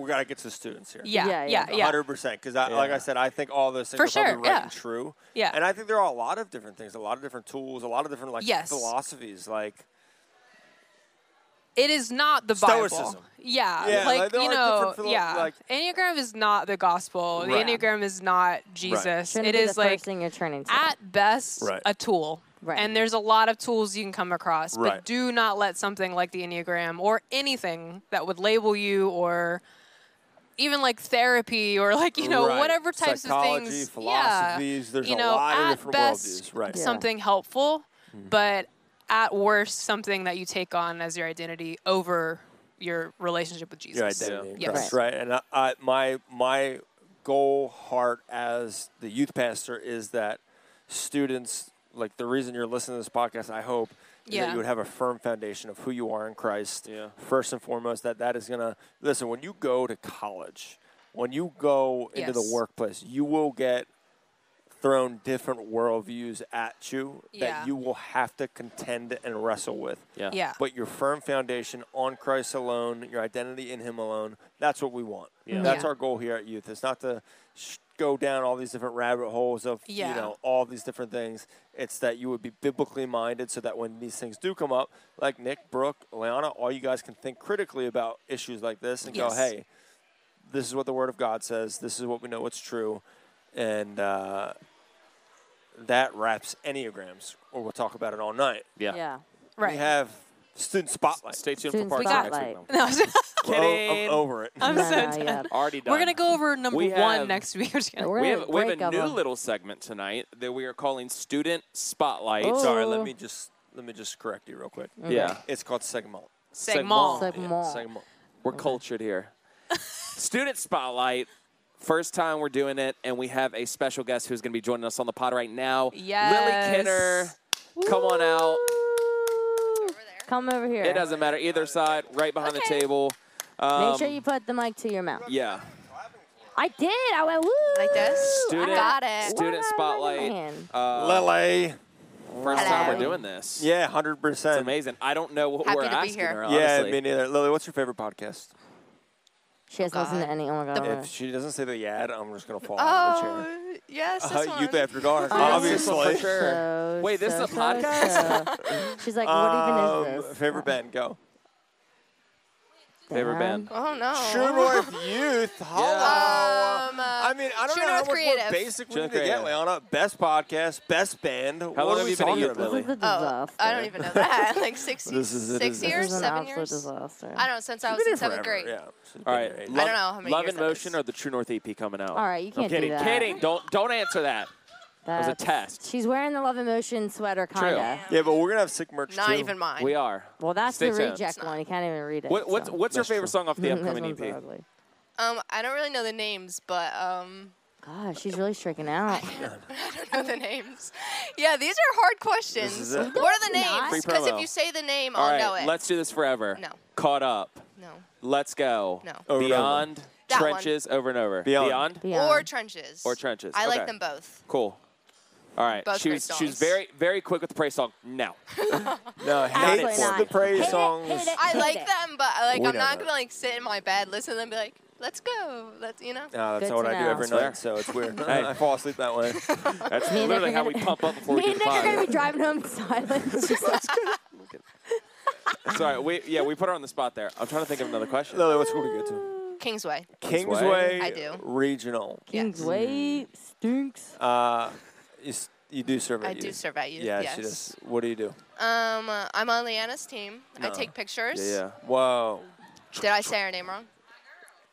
C: We gotta get to the students here.
B: yeah,
D: Yeah,
B: yeah,
D: yeah.
B: yeah.
C: hundred percent. Because like I
A: Yeah.
C: said, I think all those things
B: For
C: are probably
B: sure,
C: right
B: yeah.
C: and true.
B: Yeah.
C: And I think there are a lot of different things, a lot of different tools, a lot of different like
B: Yes.
C: philosophies. Like
B: It is not the Bible.
C: Stoicism.
B: Yeah,
C: Yeah,
B: like,
C: like, there
B: you
C: are different
B: know,
C: philo-
B: yeah.
C: like-
B: Enneagram is not the gospel.
C: Right.
B: The Enneagram is not Jesus.
D: Shouldn't
B: It
D: be
B: is
D: the
B: like
D: first thing you're turning to.
B: at best
C: Right.
B: a tool.
D: Right.
B: And there's a lot of tools you can come across,
C: Right.
B: but do not let something like the Enneagram or anything that would label you or even like therapy or like you know
C: right,
B: whatever types
C: psychology,
B: of things
C: philosophies.
B: yeah,
C: There's
B: you
C: a
B: know
C: lot of
B: at
C: different
B: best
C: worldviews. Right. Mm-hmm.
D: Yeah.
B: something helpful but at worst something that you take on as your identity over your relationship with Jesus
C: Your identity in
B: Yes.
C: Christ, right? And I, I, my my goal heart as the youth pastor is that students like the reason you're listening to this podcast. I hope is that
B: Yeah.
C: you would have a firm foundation of who you are in Christ.
A: Yeah.
C: First and foremost, that that is gonna listen. When you go to college, when you go into the
B: Yes.
C: workplace, you will get thrown different worldviews at you
B: Yeah.
C: that you will have to contend and wrestle with.
A: Yeah.
B: Yeah.
C: But your firm foundation on Christ alone, your identity in Him alone, that's what we want.
A: Yeah.
C: That's
B: Yeah.
C: our goal here at Youth. It's not to sh- go down all these different rabbit holes of,
B: Yeah.
C: you know, all these different things. It's that you would be biblically minded so that when these things do come up, like Nick, Brooke, Liana, all you guys can think critically about issues like this and go,
B: Yes.
C: hey, this is what the Word of God says. This is what we know it's true. And uh, that wraps Enneagrams, or we'll talk about it all night.
A: Yeah.
D: Yeah.
B: right.
C: We have Student Spotlight.
A: Stay tuned
D: Students
A: for part
D: we
A: two
D: got
A: next
D: light.
A: week.
B: No,
C: Oh,
A: Kidding.
C: I'm over it.
B: I'm
D: No,
B: so
D: no,
B: done.
D: yeah.
A: Already done.
B: We're gonna go over number
A: We have-
B: one next week. I'm just kidding.
D: We're
A: We
D: gonna
A: have, we have
D: break
A: a
D: of
A: new
D: 'em.
A: little segment tonight that we are calling Student Spotlight.
D: Oh.
C: Sorry, let me just let me just correct you real quick.
A: Yeah.
C: It's called Segmont.
B: Segmont.
D: Segmont. Segmont.
C: Segmont.
A: We're cultured here. Student Spotlight. First time we're doing it, and we have a special guest who's going to be joining us on the pod right now.
B: Yes.
A: Lily Kinner. Come on out.
D: Come over here.
A: It doesn't matter either side, right behind
B: Okay.
A: the table. Um,
D: Make sure you put the mic to your mouth.
A: Yeah.
D: I did. I went woo.
E: Like this?
A: Student,
E: I got it.
D: What a
A: Student Spotlight.
D: man.
A: Uh,
C: Lele.
A: First time we're
E: Hello.
A: doing this.
C: Yeah, hundred
A: It's
C: percent.
A: amazing. I don't know what
E: Happy
A: we're
E: to be
A: asking
E: here.
A: her, honestly.
C: Yeah, me neither. Lily, what's your favorite podcast?
D: She hasn't listened to any. Oh my god.
C: If she doesn't say the yad, I'm just gonna fall out of the chair.
E: Oh, yes, this
C: Uh,
E: one.
C: Youth After Dark,
A: this one
C: obviously.
A: for sure.
D: So,
A: Wait, this
D: so,
A: is a
D: so,
A: podcast?
D: so. She's like, what even
C: Um,
D: is this?
C: favorite band, go.
A: Favorite
D: Damn.
A: band.
E: Oh, no.
C: True North Youth. Hello.
E: Um, uh,
C: I mean, I don't
E: True
C: know how
E: North
C: much more
E: Creative.
C: basic we
A: True
C: need to get,
A: Creative.
C: Leona. Best podcast, best band. what
A: long
C: are
A: have
C: we
A: you been at
C: talking
A: Youth,
C: about?
A: Lily?
D: This is a
E: oh,
D: disaster.
E: I don't even know that. like six,
C: This is- it
E: six
C: is-
D: This
E: years,
D: is an
E: seven
D: absolute
E: years.
D: disaster.
E: I don't know. Since I was
C: Been
E: in
C: here
E: seventh
C: forever,
E: grade.
C: Yeah.
A: All right.
E: I don't know how many
A: Love
E: years
A: in
E: that
A: Motion
E: is.
A: or the True North EP coming out?
D: All right, you can't
A: I'm kidding.
D: do that.
A: Kidding. Don't don't answer that. was a
D: That's-
A: test.
D: She's wearing the Love in Motion sweater, kinda.
C: Yeah, but we're gonna have sick merch
E: Not
C: too.
E: even mine.
A: We are.
D: Well, that's
A: Stay
D: the
A: tuned.
D: reject one. You can't even read it.
A: What, what's
D: so.
A: what's your
C: That's true.
A: favorite song off the
D: This
A: upcoming
C: E
A: E
D: one's
A: EP?
D: ugly.
E: Um, I don't really know the names, but um,
D: Gosh, she's really stricken out.
E: I don't know the names. Yeah, these are hard questions.
C: is it.
E: What are the
D: Not.
E: names? Because if
A: promo.
E: you say the name,
A: All
E: I'll
A: right,
E: know it.
A: let's do this forever.
E: No.
A: Caught up.
E: no.
A: Let's go.
E: No.
C: Over and
A: Beyond
E: That one.
A: trenches over and over.
C: Beyond.
D: Beyond.
E: Or trenches.
A: Or trenches.
E: I
A: Okay.
E: like them both.
A: Cool. All right.
E: Both
A: she
E: great
A: was she was
E: songs.
A: very very quick with the praise song. No.
C: No, hates
A: not.
C: the praise
D: Hit it,
C: songs.
D: hit it.
E: I
D: Hate
E: like
D: it.
E: them, but I like
C: We
E: I'm
C: don't
E: not
C: know.
E: gonna like sit in my bed, listen to them, and be like, let's go. Let's you know.
C: No, that's
D: Good
C: what
D: to
C: I do
D: know.
C: every
A: Swear.
C: night, so it's weird.
A: Hey.
C: I fall asleep that way.
A: That's
D: Me and Nick
A: literally
D: are
A: how we
D: gonna-
A: pump up before we
D: Me
A: do
D: and
A: the
D: Nick are gonna
A: pod.
D: be driving home silent. She's like,
A: Sorry. We yeah we put her on the spot there. I'm trying to think of another question.
C: Lily, what's school do you get to?
E: Kingsway.
C: Kingsway
E: I do.
C: Regional.
D: Kingsway stinks.
C: Uh, you, s- you do serve
E: I
C: at
E: do
C: youth.
E: serve at youth.
C: Yeah,
E: yes.
C: she does. What do you do?
E: Um, uh, I'm on Leanna's team. I take pictures.
A: Yeah. yeah.
C: Whoa.
E: Did I say her name wrong?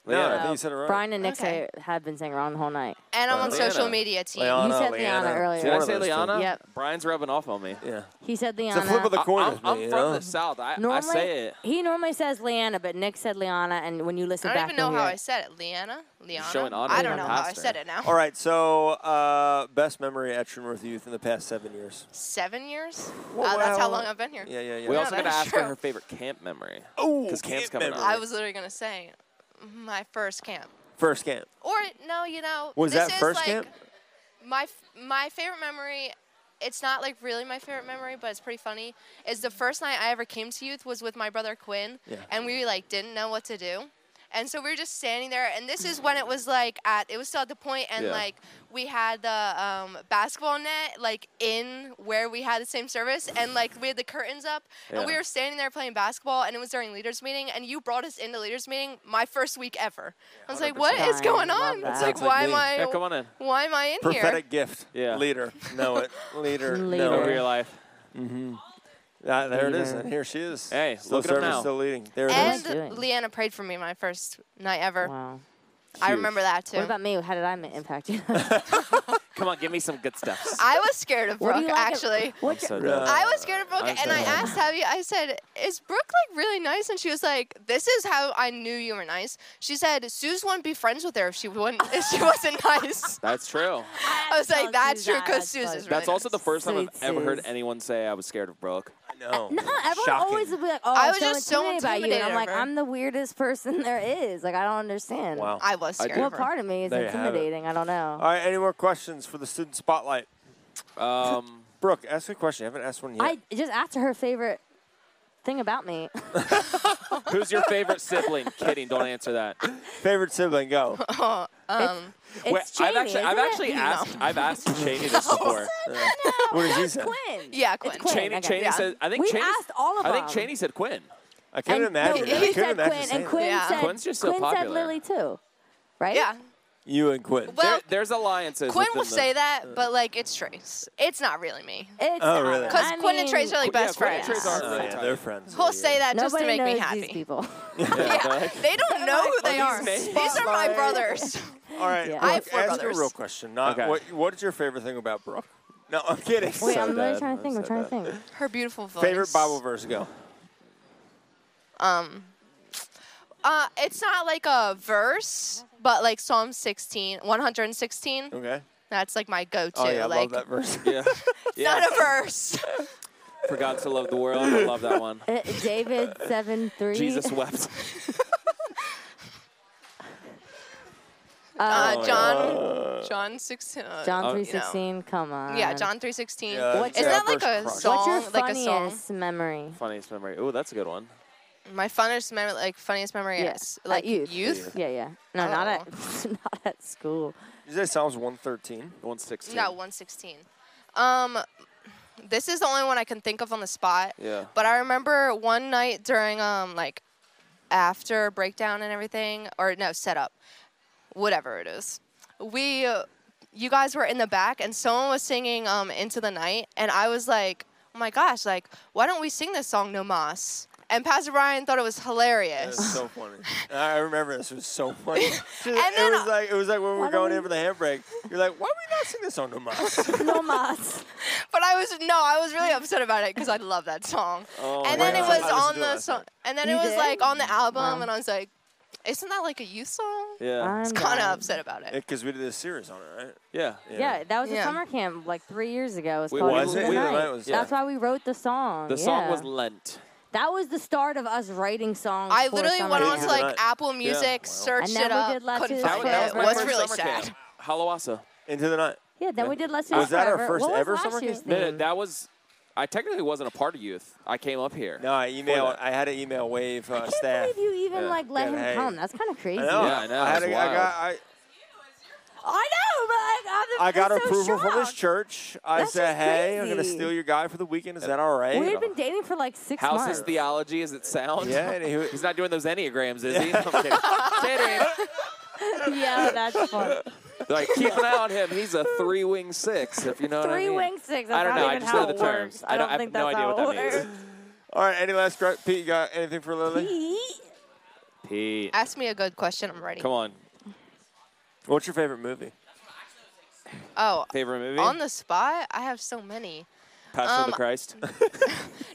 C: No, I
A: Leanna.
C: think you said it right.
D: Brian and Nick
E: Okay.
D: say- have been saying wrong the whole night.
E: And I'm on
A: Leanna.
E: social media team.
C: Leanna,
D: said
C: Leanna.
D: Leanna earlier.
A: Did
C: One
A: I
C: of
A: say
C: those two.
A: Liana?
D: Yep.
A: Brian's rubbing off on me.
C: Yeah.
D: He said Leanna.
C: It's a flip of the coin.
A: I'm,
C: with
A: I'm
C: me, you
A: from
C: know?
A: the south. I, I
D: Normally,
A: say it.
D: he normally says Leanna, but Nick said Leanna, and when you listen
E: I don't
D: back,
E: even know
D: you'll
E: how
D: hear
E: I
D: it.
E: said it. Leanna? Leanna?
A: showing honor
E: I
A: to
E: don't
A: the
E: know how I
A: pastor.
E: said it now.
C: All right, so uh, best memory at True North Youth in the past seven years.
E: Seven years?
C: Well,
E: Uh, that's how
C: well,
E: long I've been here.
C: Yeah, yeah, yeah.
A: We
E: No,
A: also got to
E: that's
A: ask her
E: true.
A: her favorite camp memory.
C: oh,
A: 'Cause camp's
C: camp
A: coming up.
C: memory.
E: I was literally going to say mm, my first camp.
C: first camp.
E: Or, no, you know.
C: Was
E: this
C: that
E: is
C: first
E: like
C: camp?
E: My, f- my favorite memory. It's not like really my favorite memory, but it's pretty funny. Is the first night I ever came to youth was with my brother Quinn,
C: Yeah.
E: and we like didn't know what to do, and so we were just standing there. And this is when it was like at it was still at the point, and
A: Yeah.
E: like we had the um, basketball net like in where we had the same service, and like we had the curtains up, and we
A: Yeah.
E: were standing there playing basketball, and it was during leaders meeting, and you brought us into leaders meeting my first week ever. I was like, what is
D: 100%.
E: going
D: Love
E: on?
D: that.
E: It's
D: That
E: like
C: sounds like
E: why
C: me.
E: am I?
A: Yeah, come on in.
E: Why am I in
C: Prophetic gift.
A: Yeah.
C: Leader. Know it. Leader.
D: Leader.
C: Know
A: Over
C: it.
A: your life.
C: Ah, there it is,
D: Leader.
C: and here she is.
A: Hey,
C: still
A: look at 'em
C: serving,
A: now.
C: still leading. There it is.
E: here?
D: doing?
E: And Leanna prayed for me my first night ever.
D: Wow.
E: I
C: Huge.
E: remember that too.
D: What about me? How did I ma- impact you?
A: Come on, give me some good stuff.
E: I was scared of
D: What do
E: Brooke
D: you like ab-
E: actually.
A: I'm
D: What's
A: so
D: your-
A: done.
E: I was scared of Brooke,
A: I'm
E: and I
A: sorry.
E: asked Abby. I said, "Is Brooke like really nice?" And she was like, "This is how I knew you were nice." She said, "Suze wouldn't be friends with her if she wouldn't if she wasn't nice."
A: That's true.
E: I was
D: tell
E: like, "That's
D: Suze
E: true,
D: that.
E: because
D: That's
E: Suze
D: funny.
E: is really
A: That's also
E: nice."
A: the first time I've
D: Sweet
A: ever heard
D: Suze.
A: anyone say I was scared of Brooke.
C: No.
D: No, uh, everyone
C: Shocking.
D: always would be like, "Oh,
E: I
D: I'm
E: was
D: so
E: just so
D: intimidated by you." And I'm
E: intimidated
D: like,
E: of her.
D: "I'm the weirdest person there is." Like, I don't understand.
C: Wow.
E: I was
A: I
E: scared.
A: do.
E: of
D: What
E: her.
D: part of me is
C: There you have it.
D: intimidating? I don't
C: All
D: know.
C: right. Any more questions for the student spotlight?
A: Um,
C: Brooke, ask a question. I haven't asked one yet.
D: I just asked her her favorite thing about me.
A: who's your favorite sibling? Kidding, don't answer that.
C: Favorite sibling, go.
D: It's Cheney,
A: I've actually, I've
D: isn't it?
A: actually asked, I've asked Cheney this before.
C: what did you say?
D: Quinn.
E: Yeah,
D: It's
E: Quinn.
A: Cheney,
D: okay.
A: Cheney
E: Yeah.
A: said, I think
D: We've
A: Cheney,
D: asked all of
A: I think
D: them.
A: Cheney said Quinn.
C: I couldn't
D: And-
C: imagine.
D: no,
C: that. I
D: he
C: couldn't
D: said
C: imagine
D: Quinn,
C: saying
D: and Quinn
E: Yeah.
D: said
A: Quinn's just so
D: Quinn said
A: popular.
D: Lily too, right?
E: Yeah.
C: that. you and Quinn.
E: Well,
A: There- there's alliances.
E: Quinn
A: within
E: will
A: the-
E: say that, but like it's Trace. It's not really me.
D: It's
C: Oh, really?
E: Because
D: I
E: Quinn and Trace
D: mean,
E: are like
A: Yeah,
E: best
A: Quinn and
E: friends.
A: Trace
C: Oh,
A: aren't really
C: yeah,
A: tight.
C: they're friends.
E: He'll say that just
D: Nobody
E: to make
D: knows
E: me
D: these
E: happy.
D: people.
E: Yeah, they don't know who they
A: Are
E: are.
A: these
E: These
A: names?
E: are my brothers.
C: All right.
D: Yeah.
C: Brooke,
E: I have four
C: ask
E: brothers.
C: a real question. Not
A: Okay.
C: what, what is your favorite thing about Brooke? No, I'm kidding.
D: Wait,
C: So bad.
D: I'm literally trying to think.
C: so
D: I'm trying to
C: bad.
D: think.
E: Her beautiful voice.
C: Favorite Bible verse, go.
E: Um, uh, it's not like a verse, but like Psalm 16, 116.
C: Okay.
E: That's like my go-to.
C: Oh, yeah, I love
E: like
C: that verse.
A: Yeah. yeah.
E: not a verse. Uh,
A: For God to love the world. I love that one.
D: Uh, David seven three.
A: Jesus wept.
E: Uh,
A: Oh,
E: John, John 16. uh,
D: John
A: Oh,
D: three
E: you know.
D: sixteen. Come on.
E: Yeah, John 316.
C: Yeah,
E: Isn't
C: yeah,
E: that like
C: verse
E: a
C: crushed.
E: song?
D: What's your
E: like a song?
D: funniest memory?
A: Funniest memory. Oh, that's a good one.
E: My funniest memory, like funniest memory,
D: Yeah,
E: is
D: at
E: like
D: youth.
E: youth? Oh.
D: Yeah, yeah. No, not at not at school.
C: Did you say Psalms 113?
A: 116.
E: No, 116. Um, this is the only one I can think of on the spot.
A: Yeah.
E: But I remember one night during um like after breakdown and everything, or no setup, whatever it is, we uh, you guys were in the back and someone was singing um into the night, and I was like, oh my gosh, like why don't we sing this song No Mas? And Pastor Brian thought it was hilarious.
C: That's so funny. I remember this. It was so funny.
E: then-
C: it was like it was like when we
D: Why
C: were
D: don't
C: going in
D: we-
C: for the handbrake. You're like, why we not sing this on the mic?
D: No mas.
E: But I was no, I was really upset about it because I love that song.
A: Oh,
E: and then
A: wow.
E: it
C: I
E: was
C: listened
E: on
C: to it
E: the
C: last
E: song,
C: night.
E: and then
D: You
E: it was
D: did?
E: like on the album,
D: Wow.
E: and I was like, "Isn't that like a youth song?"
A: Yeah.
D: I'm
E: Kind of
D: done.
E: upset about it.
C: Because we did this series on it, right?
A: Yeah.
D: Yeah, that was a
E: Yeah.
D: summer camp like three years ago. It was
A: Wait,
D: called
A: was
D: Into
A: it?
D: the
A: Yeah,
D: Night.
C: that was-
D: That's why we wrote the song.
A: The song
D: yeah.
A: was Lent.
D: that was the start of us writing songs.
E: I
D: for
E: literally
D: summer
E: went
D: camp.
E: on to
C: Into the
E: like
C: night.
E: Apple Music,
C: Wow.
E: searched
D: And then
E: it
D: we
E: up,
D: did Let's
E: couldn't
D: Just
A: That,
E: find
A: was- that was
E: it.
A: my
E: It was
A: first
E: really
A: summer
E: sad.
A: camp.
D: Mm.
A: Halawasa.
C: Into the night.
D: Yeah, then we did Let's
C: Was
D: Just
C: that our
D: Forever.
C: first
D: What was
C: ever
D: last
C: summer
D: year's
C: camp?
A: No, no,
D: theme?
A: that was. I technically wasn't a part of youth. I came up here.
C: No, I emailed.
A: that.
C: I had to email Wave uh,
D: I can't
C: staff.
D: believe you even
A: Yeah.
D: like let
C: Yeah,
D: him
C: hey.
D: come. That's kind of crazy.
C: I know.
A: Yeah, I know,
C: I had
A: it's
C: to, I got. I,
D: I know, but uh,
C: I
D: like, I'm,
C: got
D: I'm so
C: approval from this
D: shocked.
C: church. I
D: That's
C: said,
D: just
C: "Hey, I'm gonna
D: crazy.
C: steal your guy for the weekend. Is that all right?"
D: We had been dating for like six
A: How's
D: months.
A: his theology? Is it sound?
C: yeah, and he,
A: He's not doing those enneagrams, is he? I'm kidding. Kidding.
D: yeah, that's fun.
A: They're like, keep an eye on him. He's a three wing six, if you know what I
D: Three
A: mean.
D: wing six. That's
A: I don't
D: not
A: know. I
D: even
A: just
D: how
A: know the
D: it
A: terms.
D: works. I don't,
A: have
D: think
A: no
D: that's
A: idea
D: how
A: what
D: it
A: that means.
C: all right. Any last correct? Pete, you got anything for Lily?
D: works.
A: Pete.
E: Ask me a good question. I'm ready.
A: Come on.
C: What's your favorite movie?
E: Oh,
A: Favorite movie?
E: on the spot, I have so many.
A: Passion of the
E: um,
A: Christ.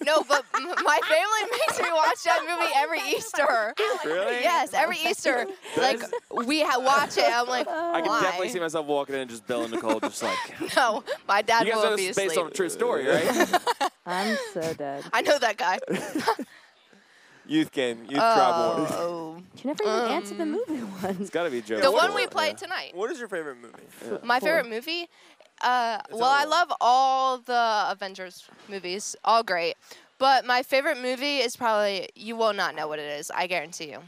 E: No, but m- my family makes me watch that movie every Easter.
A: really?
E: Yes, every Easter, like we ha- watch it. I'm like,
A: I can
E: why?
A: definitely see myself walking in and just Bill and Nicole just like. you
E: No, my dad
A: guys
E: will
A: know
E: be
A: this is
E: asleep.
A: based on a true story, right?
D: I'm so dead.
E: I know that guy.
C: Youth game. Youth tribe
D: Uh,
C: awards.
E: Oh.
D: You never even answered the movie one.
A: it's got to be Joe.
E: the
A: Cool.
E: one we played tonight.
C: What is your favorite movie?
E: My favorite movie. Uh, well,
C: all
E: I
C: of
E: love all the Avengers movies, all great. But my favorite movie is probably you will not know what it is. I guarantee you.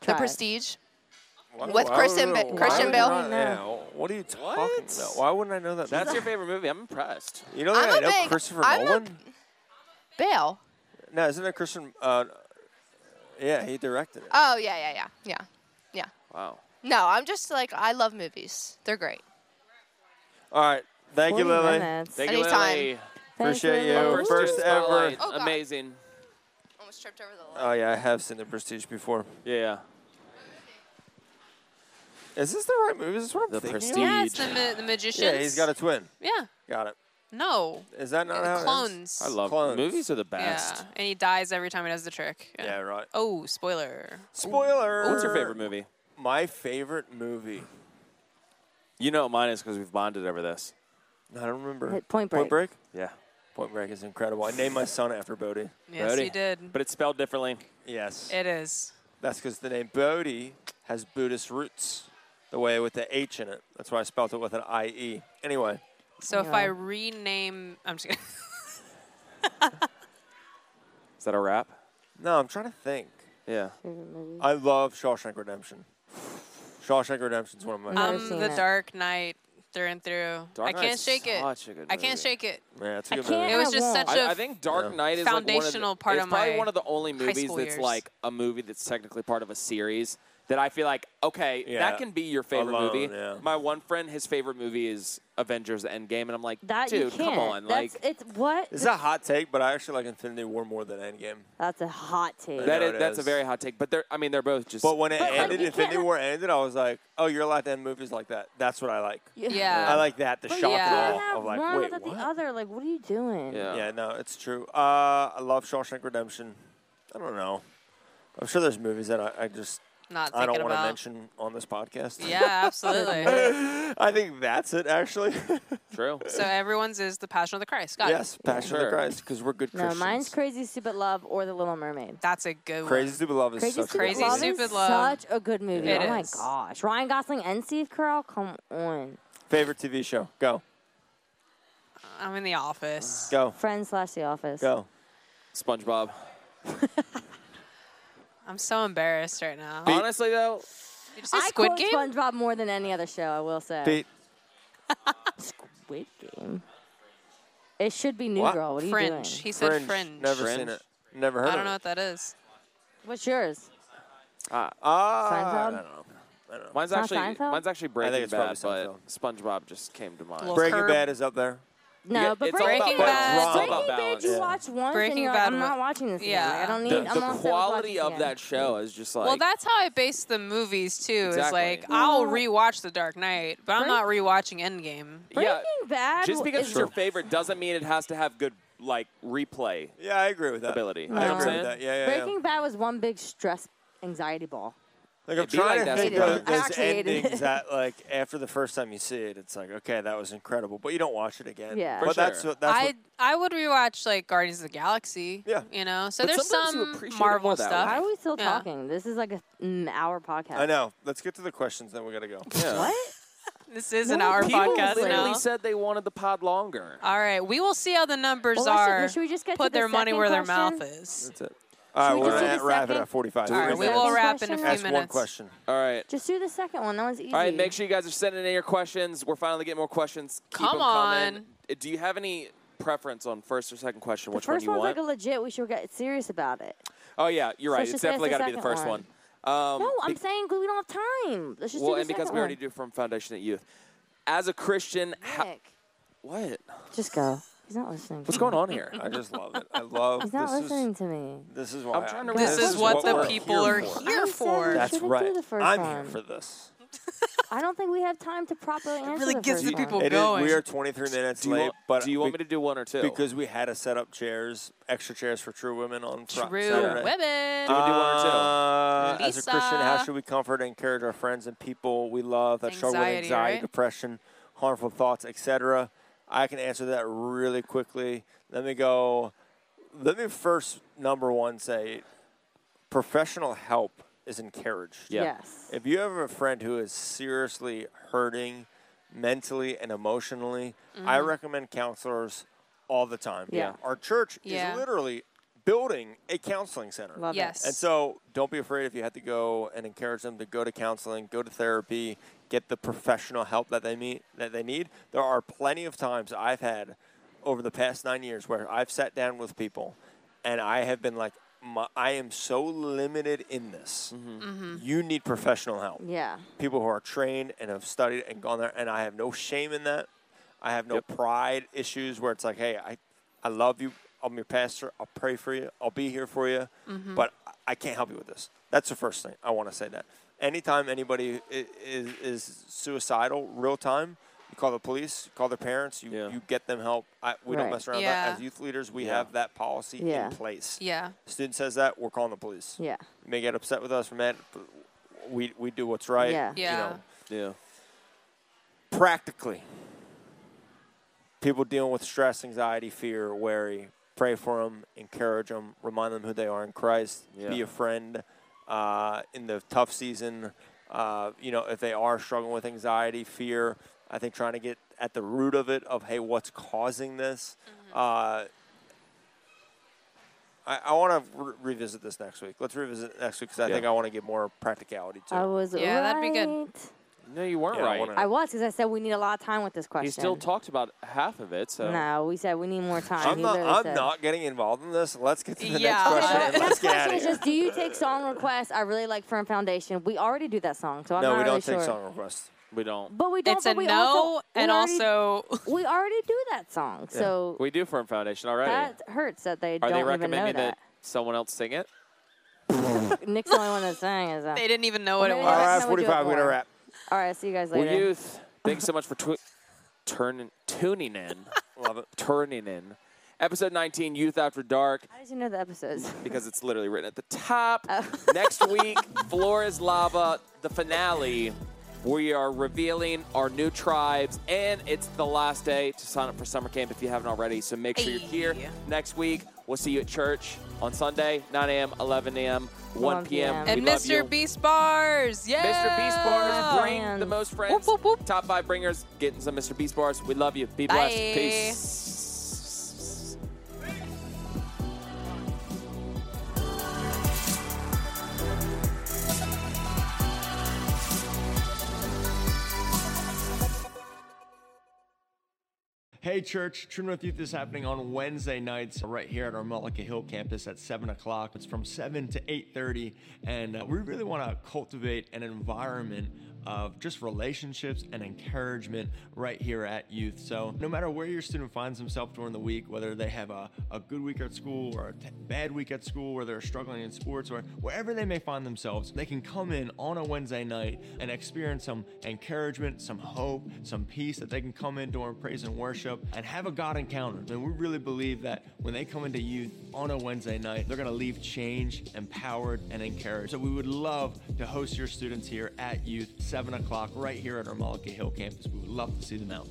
D: Try
E: The
D: it.
E: Prestige.
C: Why-
E: With
C: why
E: Christian
C: would-
E: Ba-
C: why
E: Christian
C: would
E: Bale?
C: I not-
D: No.
C: yeah, What are you talking about? Why wouldn't I know that?
A: That's
C: movie?
A: your favorite movie. I'm impressed.
C: You know that
E: I'm
C: I
E: a
C: know
E: big-
C: Christopher
E: I'm a-
C: Nolan.
E: Bale.
C: no, isn't it Christian? Uh, yeah, he directed it.
E: Oh yeah, yeah, yeah, yeah, yeah.
A: Wow.
E: No, I'm just like I love movies. They're great.
C: All right, thank you,
D: 40
C: Lily.
D: minutes.
A: Thank you,
E: Anytime.
A: Lily.
D: Thanks,
C: appreciate you.
D: Lily.
C: First First
A: Student
C: ever.
A: Spotlight.
E: Oh, God.
A: Amazing.
E: Almost tripped over the line.
C: Oh yeah, I have seen the Prestige before.
A: Yeah.
C: Is this the right movie? Is this what I'm
A: The
C: thinking? of?
A: Prestige.
B: Yeah, it's the, ma- the magicians.
C: Yeah, he's got a twin.
B: Yeah.
C: Got it.
B: No.
C: Is that not how it ends?
B: Clones.
A: Oh, I love
C: Clones.
A: movies are the
B: Yeah.
A: best.
B: And he dies every time he does the trick.
C: Yeah, right.
B: Oh, spoiler.
C: Spoiler.
A: What's your favorite movie?
C: My favorite movie.
A: You know what mine is because we've bonded over this.
C: I don't remember.
D: Hit Point Break.
C: Point Break.
A: Yeah.
C: Point Break is incredible. I named my son after Bodie.
B: Yes,
A: Brody.
B: you did.
A: But it's spelled differently.
C: Yes.
B: It is.
C: That's because the name Bodhi has Buddhist roots, the way with the H in it. That's why I spelt it with an I-E. Anyway,
B: So if I
D: Yeah.
B: rename, I'm just kidding.
A: Is that a wrap?
C: no, I'm trying to think.
A: Yeah.
D: Favorite movie?
C: I love Shawshank Redemption. Shawshank Redemption is one of my
D: Never
B: I'm
D: seen
B: Um, the
D: it.
B: Dark Knight through and through. I
A: Dark
B: can't
A: Knight's
B: shake it.
A: such a good
B: I can't
A: movie.
B: shake it.
C: Yeah, it's a
D: I
C: good
D: can't-
C: movie.
B: It was just
D: won't.
B: such
A: I,
B: a
A: I think Dark
C: Yeah.
A: Knight is
B: foundational
A: like one
B: part
A: of the,
B: of
A: it's probably
B: my
A: one of the only
B: high
A: movies
B: school
A: that's
B: years.
A: like a movie that's technically part of a series that I feel like okay
C: Yeah.
A: that can be your favorite
C: Alone,
A: movie.
C: yeah.
A: My one friend, his favorite movie is Avengers: Endgame, and I'm like,
D: That you
A: dude,
D: can't.
A: come on,
D: That's,
A: like
D: it's what?
C: This is a hot take, but I actually like Infinity War more than Endgame.
D: That's a hot take.
A: that
C: know
A: is,
C: it
A: that's a
C: is.
A: very hot take. But they're, I mean, they're both just.
C: But when it
D: But, like,
C: ended,
D: you
C: Infinity
D: can't-
C: War ended, I was like, oh, you're allowed to end movies like that. That's what I like.
B: Yeah.
C: I like that, the
D: But
C: shock
D: you
B: Yeah.
D: can't
C: and awe
D: have
C: of like,
D: one
C: wait,
D: without
C: what?
D: the other. Like, what are you doing?
A: yeah.
C: Yeah, no, it's true. Uh, I love Shawshank Redemption. I don't know. I'm sure there's movies that I, I just
B: Not
C: I
B: thinking
C: don't want to
B: about.
C: mention on this podcast.
B: Yeah, absolutely.
C: I think that's it actually.
A: true.
B: so everyone's is the Passion of the Christ. Got it.
C: yes, Passion of
A: Sure.
C: the Christ, because we're good
D: No,
C: Christians.
D: mine's Crazy Stupid Love or The Little Mermaid.
B: That's a good
C: Crazy
B: one.
C: Stupid Love is
D: Crazy
C: such
D: Stupid
C: a good
B: Crazy
D: Love
C: movie.
D: is
B: Stupid Love.
D: such a good movie.
B: It
D: oh my
B: is.
D: gosh, Ryan Gosling and Steve Carell, come on.
C: Favorite TV show? Go,
B: I'm in the office.
C: go,
D: Friends slash The Office.
C: go.
A: SpongeBob.
B: I'm so embarrassed right now.
A: Honestly, though,
B: Did you say
D: I
B: Squid
D: quote
B: Game?
D: SpongeBob more than any other show. I will say.
C: Pete,
D: Squid Game. It should be New
C: What?
D: Girl. What are you
B: Fringe.
D: doing?
B: He said
C: Fringe.
B: Fringe.
C: Never
A: Fringe?
C: seen it. Never heard
B: I don't
C: of
B: know
C: it.
B: what that is.
D: What's yours?
C: Ah, I
D: Seinfeld?
C: don't know. I don't know.
A: mine's
D: Not
A: actually
D: Seinfeld?
A: mine's actually Breaking
C: it's probably
A: Bad, but SpongeBob just came to mind.
B: Well,
C: Breaking
B: Curb.
C: Bad is up there.
D: No,
A: Yeah,
D: but
A: it's all
D: Breaking
A: about
B: Bad.
A: balance. It's all
D: Breaking
A: about
D: Bad,
A: balance.
D: you watch once and
B: Breaking
D: you're
B: Bad
D: like, I'm
B: wa-
D: not watching this again. Like, I
B: Yeah.
D: don't need.
A: The,
D: I'm
A: the
D: not upset with
A: quality
D: watching
A: of
D: again.
A: that show is just like
B: well, that's how I base the movies too. Is
A: Exactly.
B: like I'll rewatch The Dark Knight, but I'm not rewatching Endgame.
A: yeah.
D: Breaking Bad
A: Just
D: wa-
A: because
D: is-
A: it's your favorite doesn't mean it has to have good like replay
C: Yeah, I agree with that. I
A: ability. You know
C: agree
A: what I'm
C: with
A: saying?
C: that. Yeah, yeah, yeah.
D: Breaking Bad was one big stress anxiety ball.
C: Like I'm
A: It'd be like
C: trying
A: that
C: to think
A: sometimes.
C: of
D: I
C: those
D: actually hated it.
C: endings that, like, after the first time you see it, it's like, okay, that was incredible, but you don't watch it again.
D: Yeah. For
C: but that's
A: sure.
C: what that's
B: I
C: what,
B: I would rewatch like Guardians of the Galaxy.
C: Yeah.
B: You know, so
A: But
B: there's
A: sometimes you
B: some
A: appreciate it more
B: Marvel
A: that
B: stuff.
A: way.
D: Why are we still
B: Yeah.
D: talking? This is like a an hour podcast.
C: I know. Let's get to the questions, then we gotta go.
A: Yeah.
D: What?
B: This is an
D: No,
B: hour
D: people
B: podcast
A: literally
B: now.
A: said they wanted the pod longer.
B: All right, we will see how the numbers
D: Well, let's-
B: are.
D: should we just get to
B: Put
D: the
B: their money
D: second
B: where their
D: question?
B: mouth is.
A: That's it.
C: All right,
D: we
C: we're
D: just do
C: gonna
D: the
C: wrap it
D: second?
C: at 45.
B: All right,
C: Three
B: we
C: minutes.
B: will wrap in a few
D: Ask
C: That's one
B: minutes.
C: question.
A: All right.
D: Just do the second one. That one's easy.
A: All right, make sure you guys are sending in your questions. We're finally getting more questions. Keep 'em
B: Come
A: coming.
B: on.
A: Uh, Do you have any preference on first or second question?
D: the
A: Which
D: first
A: one you want?
D: one's like a legit. We should get serious about it.
A: oh yeah, you're right.
D: let's
A: it's
D: just ask
A: definitely got
D: the
A: to be the
D: second
A: first one.
D: one.
A: Um,
D: No, I'm
A: be-
D: saying 'cause we don't have time. Let's just
A: well,
D: do the
A: and because
D: second
A: we already
D: one.
A: do from Foundation at Youth. As a Christian, ha-
D: Nick,
A: what?
D: just go. He's not listening.
A: What's going on here?
C: I just love it. I love
D: He's not
C: this.
D: listening
C: Is,
D: to me.
C: this is why
A: I'm trying to
C: I-
A: read
B: This,
A: This
B: is
A: is
B: what
A: what
B: the
A: we're
B: people
C: here
B: are
C: for.
B: here
D: I said we
B: for.
D: should-
C: That's
D: Shouldn't do
C: right.
D: the first
C: I'm
D: one.
C: here for this.
D: I don't think we have time to properly answer.
B: really
D: the
B: gets
D: first
B: the
D: one.
B: people-
C: It is-
B: going.
C: we are 23 minutes
A: Do you,
C: late,
A: want,
C: but
A: do you want me to do one or two?
C: because we had to set up chairs, extra chairs for true women on Fri-
B: True
C: Saturday.
B: women.
C: Um,
A: Do we do one or two?
C: Uh, as a Christian, how
B: Lisa.
C: should we comfort and encourage our friends and people we love that struggle with
B: Anxiety,
C: anxiety,
B: right?
C: depression, harmful thoughts, etc.? I can answer that really quickly. Let me go. Let me first number one say, professional help is encouraged.
A: Yeah.
D: Yes.
C: If you have a friend who is seriously hurting mentally and emotionally, I recommend counselors all the time.
D: Yeah.
C: Our church
B: Mm-hmm. Yeah.
C: is literally building a counseling center.
D: Love it.
B: Yes.
C: And so don't be afraid if you have to go and encourage them to go to counseling, go to therapy, get the professional help that they meet that they need. There are plenty of times I've had over the past 9 years where I've sat down with people and I have been like my, I am so limited in this. You need professional help
D: Yeah.
C: people who are trained and have studied and gone there, and I have no shame in that. I have no pride issues where it's like, hey, I, I love you. I'm your pastor. I'll pray for you. I'll be here for you, but I- I can't help you with this. That's the first thing I want to say. That anytime anybody is, is, is suicidal, real time, you call the police, you call their parents, you,
A: Yeah.
C: you get them help. I, we
D: Right.
C: don't mess around with
B: Yeah.
C: that. As youth leaders, we
A: Yeah.
C: have that policy
D: Yeah.
C: in place.
B: yeah.
C: Student says that, we're calling the police.
D: Yeah.
C: You may get upset with us for that. but We, we do what's right.
D: Yeah.
C: You
B: Yeah.
C: know,
A: yeah.
C: practically people dealing with stress, anxiety, fear, worry, pray for them, encourage them, remind them who they are in Christ,
A: Yeah.
C: be a friend uh, in the tough season. Uh, you know, if they are struggling with anxiety, fear, I think trying to get at the root of it of hey, what's causing this.
A: Mm-hmm.
C: Uh, I, I want to re- revisit this next week. Let's revisit it next week because I
A: Yeah.
C: think I want to get more practicality to
D: I
C: it.
D: was
B: Yeah,
D: right.
B: that'd be good.
A: No, you weren't
C: Yeah, I
A: right.
C: wanna-
D: I was because I said we need a lot of time with this question.
A: He still talked about half of it, so
D: No, we said we need more time.
C: I'm
D: He
C: not.
D: literally
C: I'm
D: said-
C: not getting involved in this. Let's get to the
B: Yeah.
C: next question.
D: Okay,
C: and
D: my
C: Let's get out
D: question
C: of
D: is
C: here.
D: just do you take song requests? I really like Firm Foundation. We already do that song, so I'm
C: no,
D: not
C: we
D: really
C: don't
D: sure.
C: take song requests.
A: we don't.
D: But we don't.
B: It's
D: but
B: a
D: we
B: no,
D: also, we
B: and
D: already-
B: also
D: we already do that song, so
A: We do Firm Foundation already.
D: that hurts that they
A: Are
D: don't
A: they
D: even
A: recommending
D: know
A: that. someone else sing it?
D: Nick's the only one that's saying is that.
B: they didn't even know what it
D: Well,
B: was.
D: maybe
C: All
D: that's
C: right,
D: how we do it
C: 45. We're gonna
D: more.
C: wrap.
D: All right, see you guys
A: Well,
D: later.
A: youth, thanks so much for twi- turning, tuning in,
C: Love it.
A: turning in. Episode 19, Youth After Dark,
D: How did you know the episodes?
A: because it's literally written at the top.
B: Oh.
A: Next week, Floor is Lava, the finale. We are revealing our new tribes, and it's the last day to sign up for summer camp if you haven't already. So make sure you're here
B: Hey.
A: next week. We'll see you at church on Sunday, 9 a.m., 11 a.m., 1
D: 1
A: p.m.
D: p.m.
A: We
B: And
A: love you.
B: Mr. Beast Bars, yeah.
A: Mr. Beast Bars, bring
D: Friends.
A: the most friends.
B: Whoop, whoop, whoop.
A: Top five bringers, getting some Mr. Beast Bars. We love you. Be blessed.
B: Bye.
A: Peace.
C: Hey, church. True North Youth is happening on Wednesday nights right here at our Mullica Hill campus at 7 o'clock. It's from 7 to 8.30, and uh, we really want to cultivate an environment of just relationships and encouragement right here at youth. So no matter where your student finds himself during the week, whether they have a, a good week at school or a t- bad week at school, or they're struggling in sports or wherever they may find themselves, they can come in on a Wednesday night and experience some encouragement, some hope, some peace that they can come in during praise and worship and have a God encounter. And we really believe that when they come into youth on a Wednesday night, they're going to leave changed, empowered, and encouraged. So we would love to host your students here at youth, 7 o'clock, right here at our Mullica Hill campus. We would love to see them out.